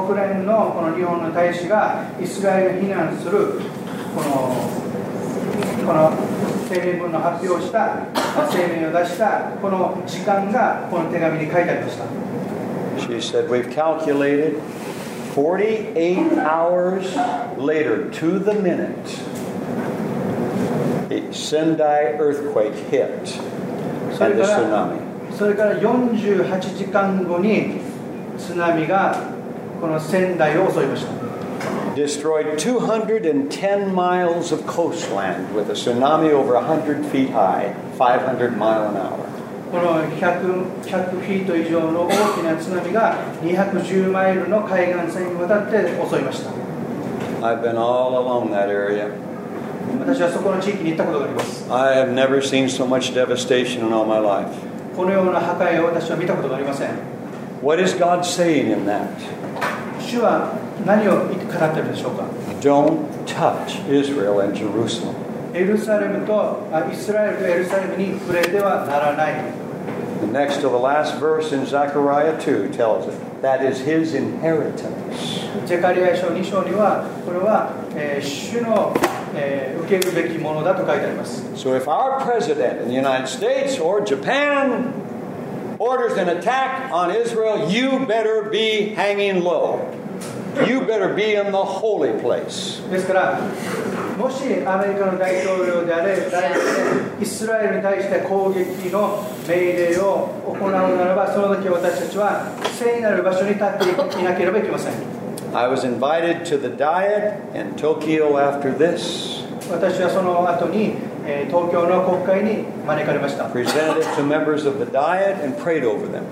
[SPEAKER 4] 国連のこの日本の大使がイスラエルに非難するこのこの声明文の発表をした声明を出したこの時間がこの手紙に書いてありました
[SPEAKER 3] She said, We've calculated 48 hours later to the minute, the Sendai earthquake hit and the tsunami.
[SPEAKER 4] それから48時間後に津波がこの仙台を襲いました
[SPEAKER 3] Destroyed 210 miles of coastline with a tsunami over 100 feet high, 500 mile an hour.
[SPEAKER 4] この 100, 100フィート以上の大きな津波が210マイルの海岸線にわたって襲いました
[SPEAKER 3] I've been all along that area.
[SPEAKER 4] 私はそこの地域に行ったことがあります
[SPEAKER 3] I have never seen so much devastation in all my life.
[SPEAKER 4] このような破壊を私は見たことがありません
[SPEAKER 3] What is God saying in that?
[SPEAKER 4] 主は何を言って語っているでしょうか
[SPEAKER 3] Don't touch Israel and Jerusalem.
[SPEAKER 4] エルサレムとあイスラエルとエルサレムに触れてはならない
[SPEAKER 3] The next to the last verse in Zechariah 2 tells it. That is his inheritance.
[SPEAKER 4] ゼカリア書2章にはこれは、えー主の、えー受けるべきものだと書いてあります
[SPEAKER 3] So if our president in the United States or Japan orders an attack on Israel, you better be hanging low. You better be in the holy place.
[SPEAKER 4] ですから、もしアメリカの大統領であれ、誰であれイスラエルに対して攻撃の命令を行うならば、その時私たちは聖なる場所に立っていなければいけません。
[SPEAKER 3] I was invited to the diet in Tokyo after this,
[SPEAKER 4] 私はその後に、えー東京の国会に招かれました。
[SPEAKER 3] presented it to members of the diet, and prayed over them.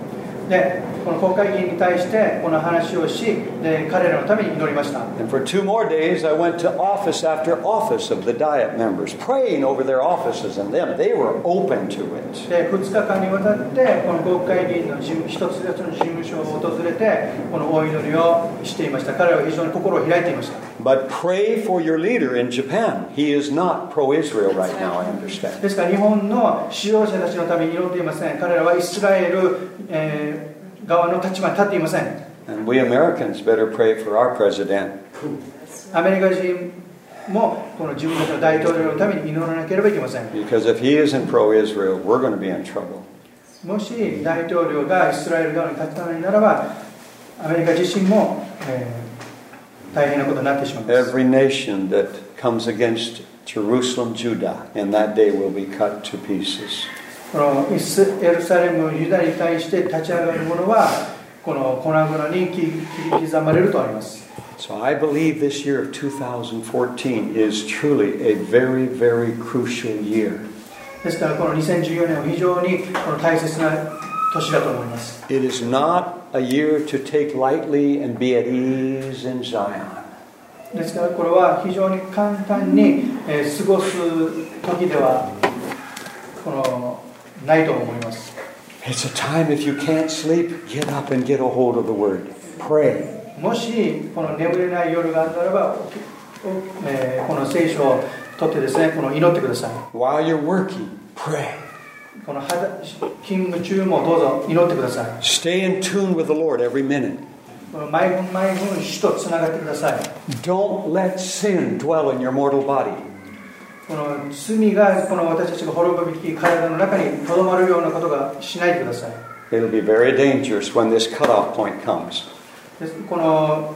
[SPEAKER 4] で、この国会議員に対してこの話をし、で彼らのために祈りました。
[SPEAKER 3] And for two more days, I went to office after office of the diet members, praying over their offices and them. They were open to it.
[SPEAKER 4] で2日間にわたってこの国会議員の事務一つ一つの事務所を訪れてこのお祈りをしていました彼は非常に心を開いていました
[SPEAKER 3] But pray for your leader in Japan. He is not pro Israel right now, I understand.
[SPEAKER 4] ですから日本の使用者たちのために祈っていません彼らはイスラエル、えー側の立場に立っていません
[SPEAKER 3] And we Americans better pray for our president.
[SPEAKER 4] アメリカ人もこの自分たちの大統領のために祈らなければいけません
[SPEAKER 3] Because if he isn't pro Israel, we're going to be in trouble.
[SPEAKER 4] もし大統領がイスラエル側に立たないならばアメリカ自身も、えー大変なことになってしまいます
[SPEAKER 3] Every nation that comes against Jerusalem, Judah, in that day will be cut to pieces.
[SPEAKER 4] このイスエルサレムユダに対して立ち上がる者はこの粉々に切り切り刻まれるとあります
[SPEAKER 3] So I believe this year of 2014 is truly a very, very crucial year.
[SPEAKER 4] ですからこの2014年は非常にこの大切な年だと思います
[SPEAKER 3] It is not a year to take lightly and be at ease in Zion.
[SPEAKER 4] ですからこれは非常に簡単に、えー過ごす時ではこのないと思います
[SPEAKER 3] It's a time if you can't sleep, get up and get a hold of the word. Pray.
[SPEAKER 4] もしこの眠れない夜があるならば、おえーこの聖書を取ってですねこの祈ってください
[SPEAKER 3] While you're working, pray.
[SPEAKER 4] この肌勤務中もどうぞ祈ってください
[SPEAKER 3] Stay in tune with the Lord every minute.
[SPEAKER 4] この毎分毎分主とつながってください
[SPEAKER 3] Don't let sin dwell in your mortal body.
[SPEAKER 4] この罪がこの私たちが滅ぶべき体の中にとどまるようなことがしないでください
[SPEAKER 3] It'll be very dangerous when this cutoff point comes.
[SPEAKER 4] ですこの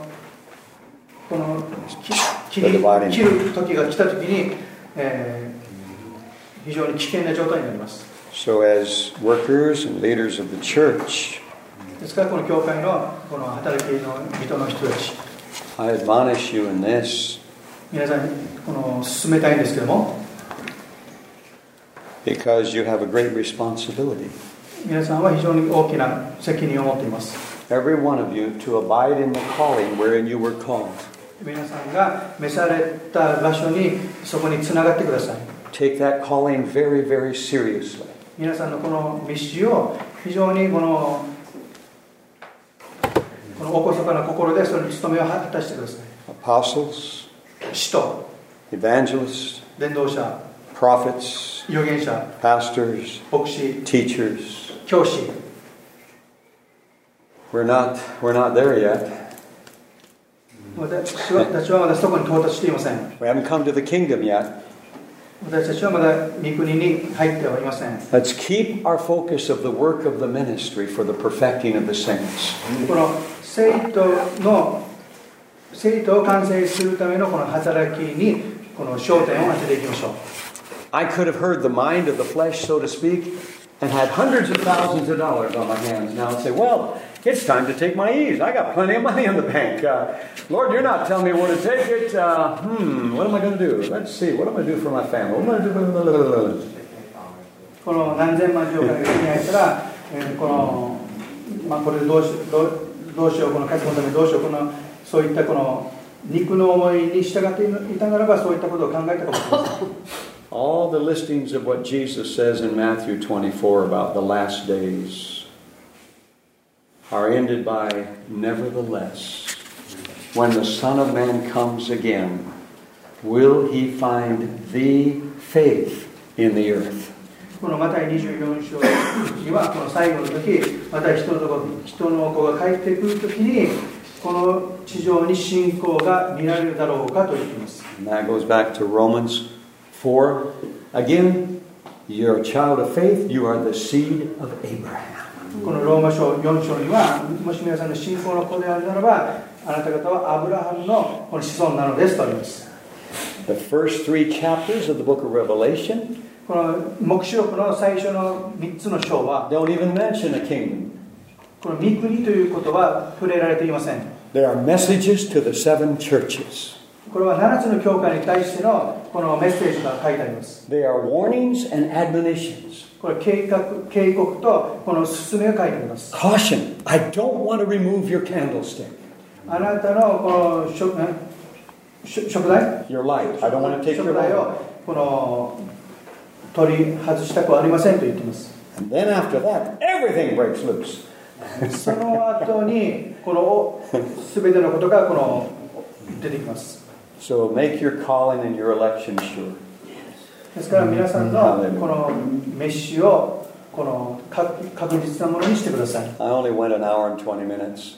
[SPEAKER 4] このき切り
[SPEAKER 3] ちょっと周りに
[SPEAKER 4] 切る時が来た時に、えー非常に危険な状態になります
[SPEAKER 3] So, as workers and leaders of the church,
[SPEAKER 4] ですからこの教会のこの働きの人の人たち
[SPEAKER 3] I admonish you in this
[SPEAKER 4] 皆さんにこの進めたいんですけども
[SPEAKER 3] because you have a great responsibility.
[SPEAKER 4] 皆さんは非常に大きな責任を持っています
[SPEAKER 3] Every one of you to abide in the calling wherein you were called.
[SPEAKER 4] 皆さんが召された場所にそこにつながってください
[SPEAKER 3] Take that calling very, very seriously.
[SPEAKER 4] 皆さんのこの召しを非常にこのこの厳かな心でその務めを果たしてくださ
[SPEAKER 3] Apostles,
[SPEAKER 4] い使徒
[SPEAKER 3] evangelists,
[SPEAKER 4] 伝道者
[SPEAKER 3] prophets,
[SPEAKER 4] 預言者
[SPEAKER 3] pastors,
[SPEAKER 4] 牧師
[SPEAKER 3] teachers.
[SPEAKER 4] 教師
[SPEAKER 3] We're not, we're not there yet.
[SPEAKER 4] 私は私はまだそこに到達していません
[SPEAKER 3] We haven't come to the kingdom yet.
[SPEAKER 4] 私たちはまだ御国に入ってはおりません
[SPEAKER 3] Let's keep our focus of the work of the ministry for the perfecting of the saints.
[SPEAKER 4] この生徒の生徒を完成するためのこの働きにこの焦点を当てていきましょう
[SPEAKER 3] I could have heard the mind of the flesh, so to speak, and had hundreds of thousands of dollars on my hands now and say, Well, it's time to take my ease. I got plenty of money in the bank. Uh, Lord, you're not telling me where to take it. Uh, hmm, what am I going to do? Let's see. What am I going to do for my family? What am I going to do? Blah, blah, blah, blah, blah.
[SPEAKER 4] この何千万兆からが手に入ったら、えーこの、まあ、これでどうしどうどうしようこの家族のためにどうしようこのそういったこの肉の思いに従っていたならばそういったことを考えたかもしれません
[SPEAKER 3] All the listings of what Jesus says in Matthew 24 about the last days are ended by nevertheless. When the Son of Man comes again, will he find the faith in the earth?
[SPEAKER 4] このマタイ24章にはこの最後の時また人のとこ人の子が帰ってくる時にこの地上に信仰が見られるだろうかと言っています
[SPEAKER 3] And that goes back to Romans 4. Again, you're a child of faith, you are the seed of Abraham.
[SPEAKER 4] このローマ書4章には、もし皆さんの信仰の子であるならば、あなた方はアブラハムのこの子孫なのですとあります。
[SPEAKER 3] The first three chapters of the book of Revelation
[SPEAKER 4] この黙示録の最初の3つの章は、
[SPEAKER 3] don't even mention a kingdom.
[SPEAKER 4] この御国ということは触れられていません。
[SPEAKER 3] There are messages to the seven churches.
[SPEAKER 4] これは7つの教会に対してのこのメッセージが書いてあります。
[SPEAKER 3] They are warnings and admonitions.
[SPEAKER 4] これ計画、警告とこの勧めが書いてあります。
[SPEAKER 3] Caution, I don't want to remove your candlestick,
[SPEAKER 4] あなたのこの食ん食食材
[SPEAKER 3] your light. I don't want to take
[SPEAKER 4] 食
[SPEAKER 3] your
[SPEAKER 4] 材
[SPEAKER 3] light.
[SPEAKER 4] をこの取り外したくはありませんと言っています
[SPEAKER 3] And then after that, everything breaks loose.
[SPEAKER 4] その後にこの全てのことがこの出てきます
[SPEAKER 3] So make your calling and your election sure.
[SPEAKER 4] ですから皆さんのこの飯をこの確確実なものにしてください
[SPEAKER 3] I only went an hour and 20 minutes.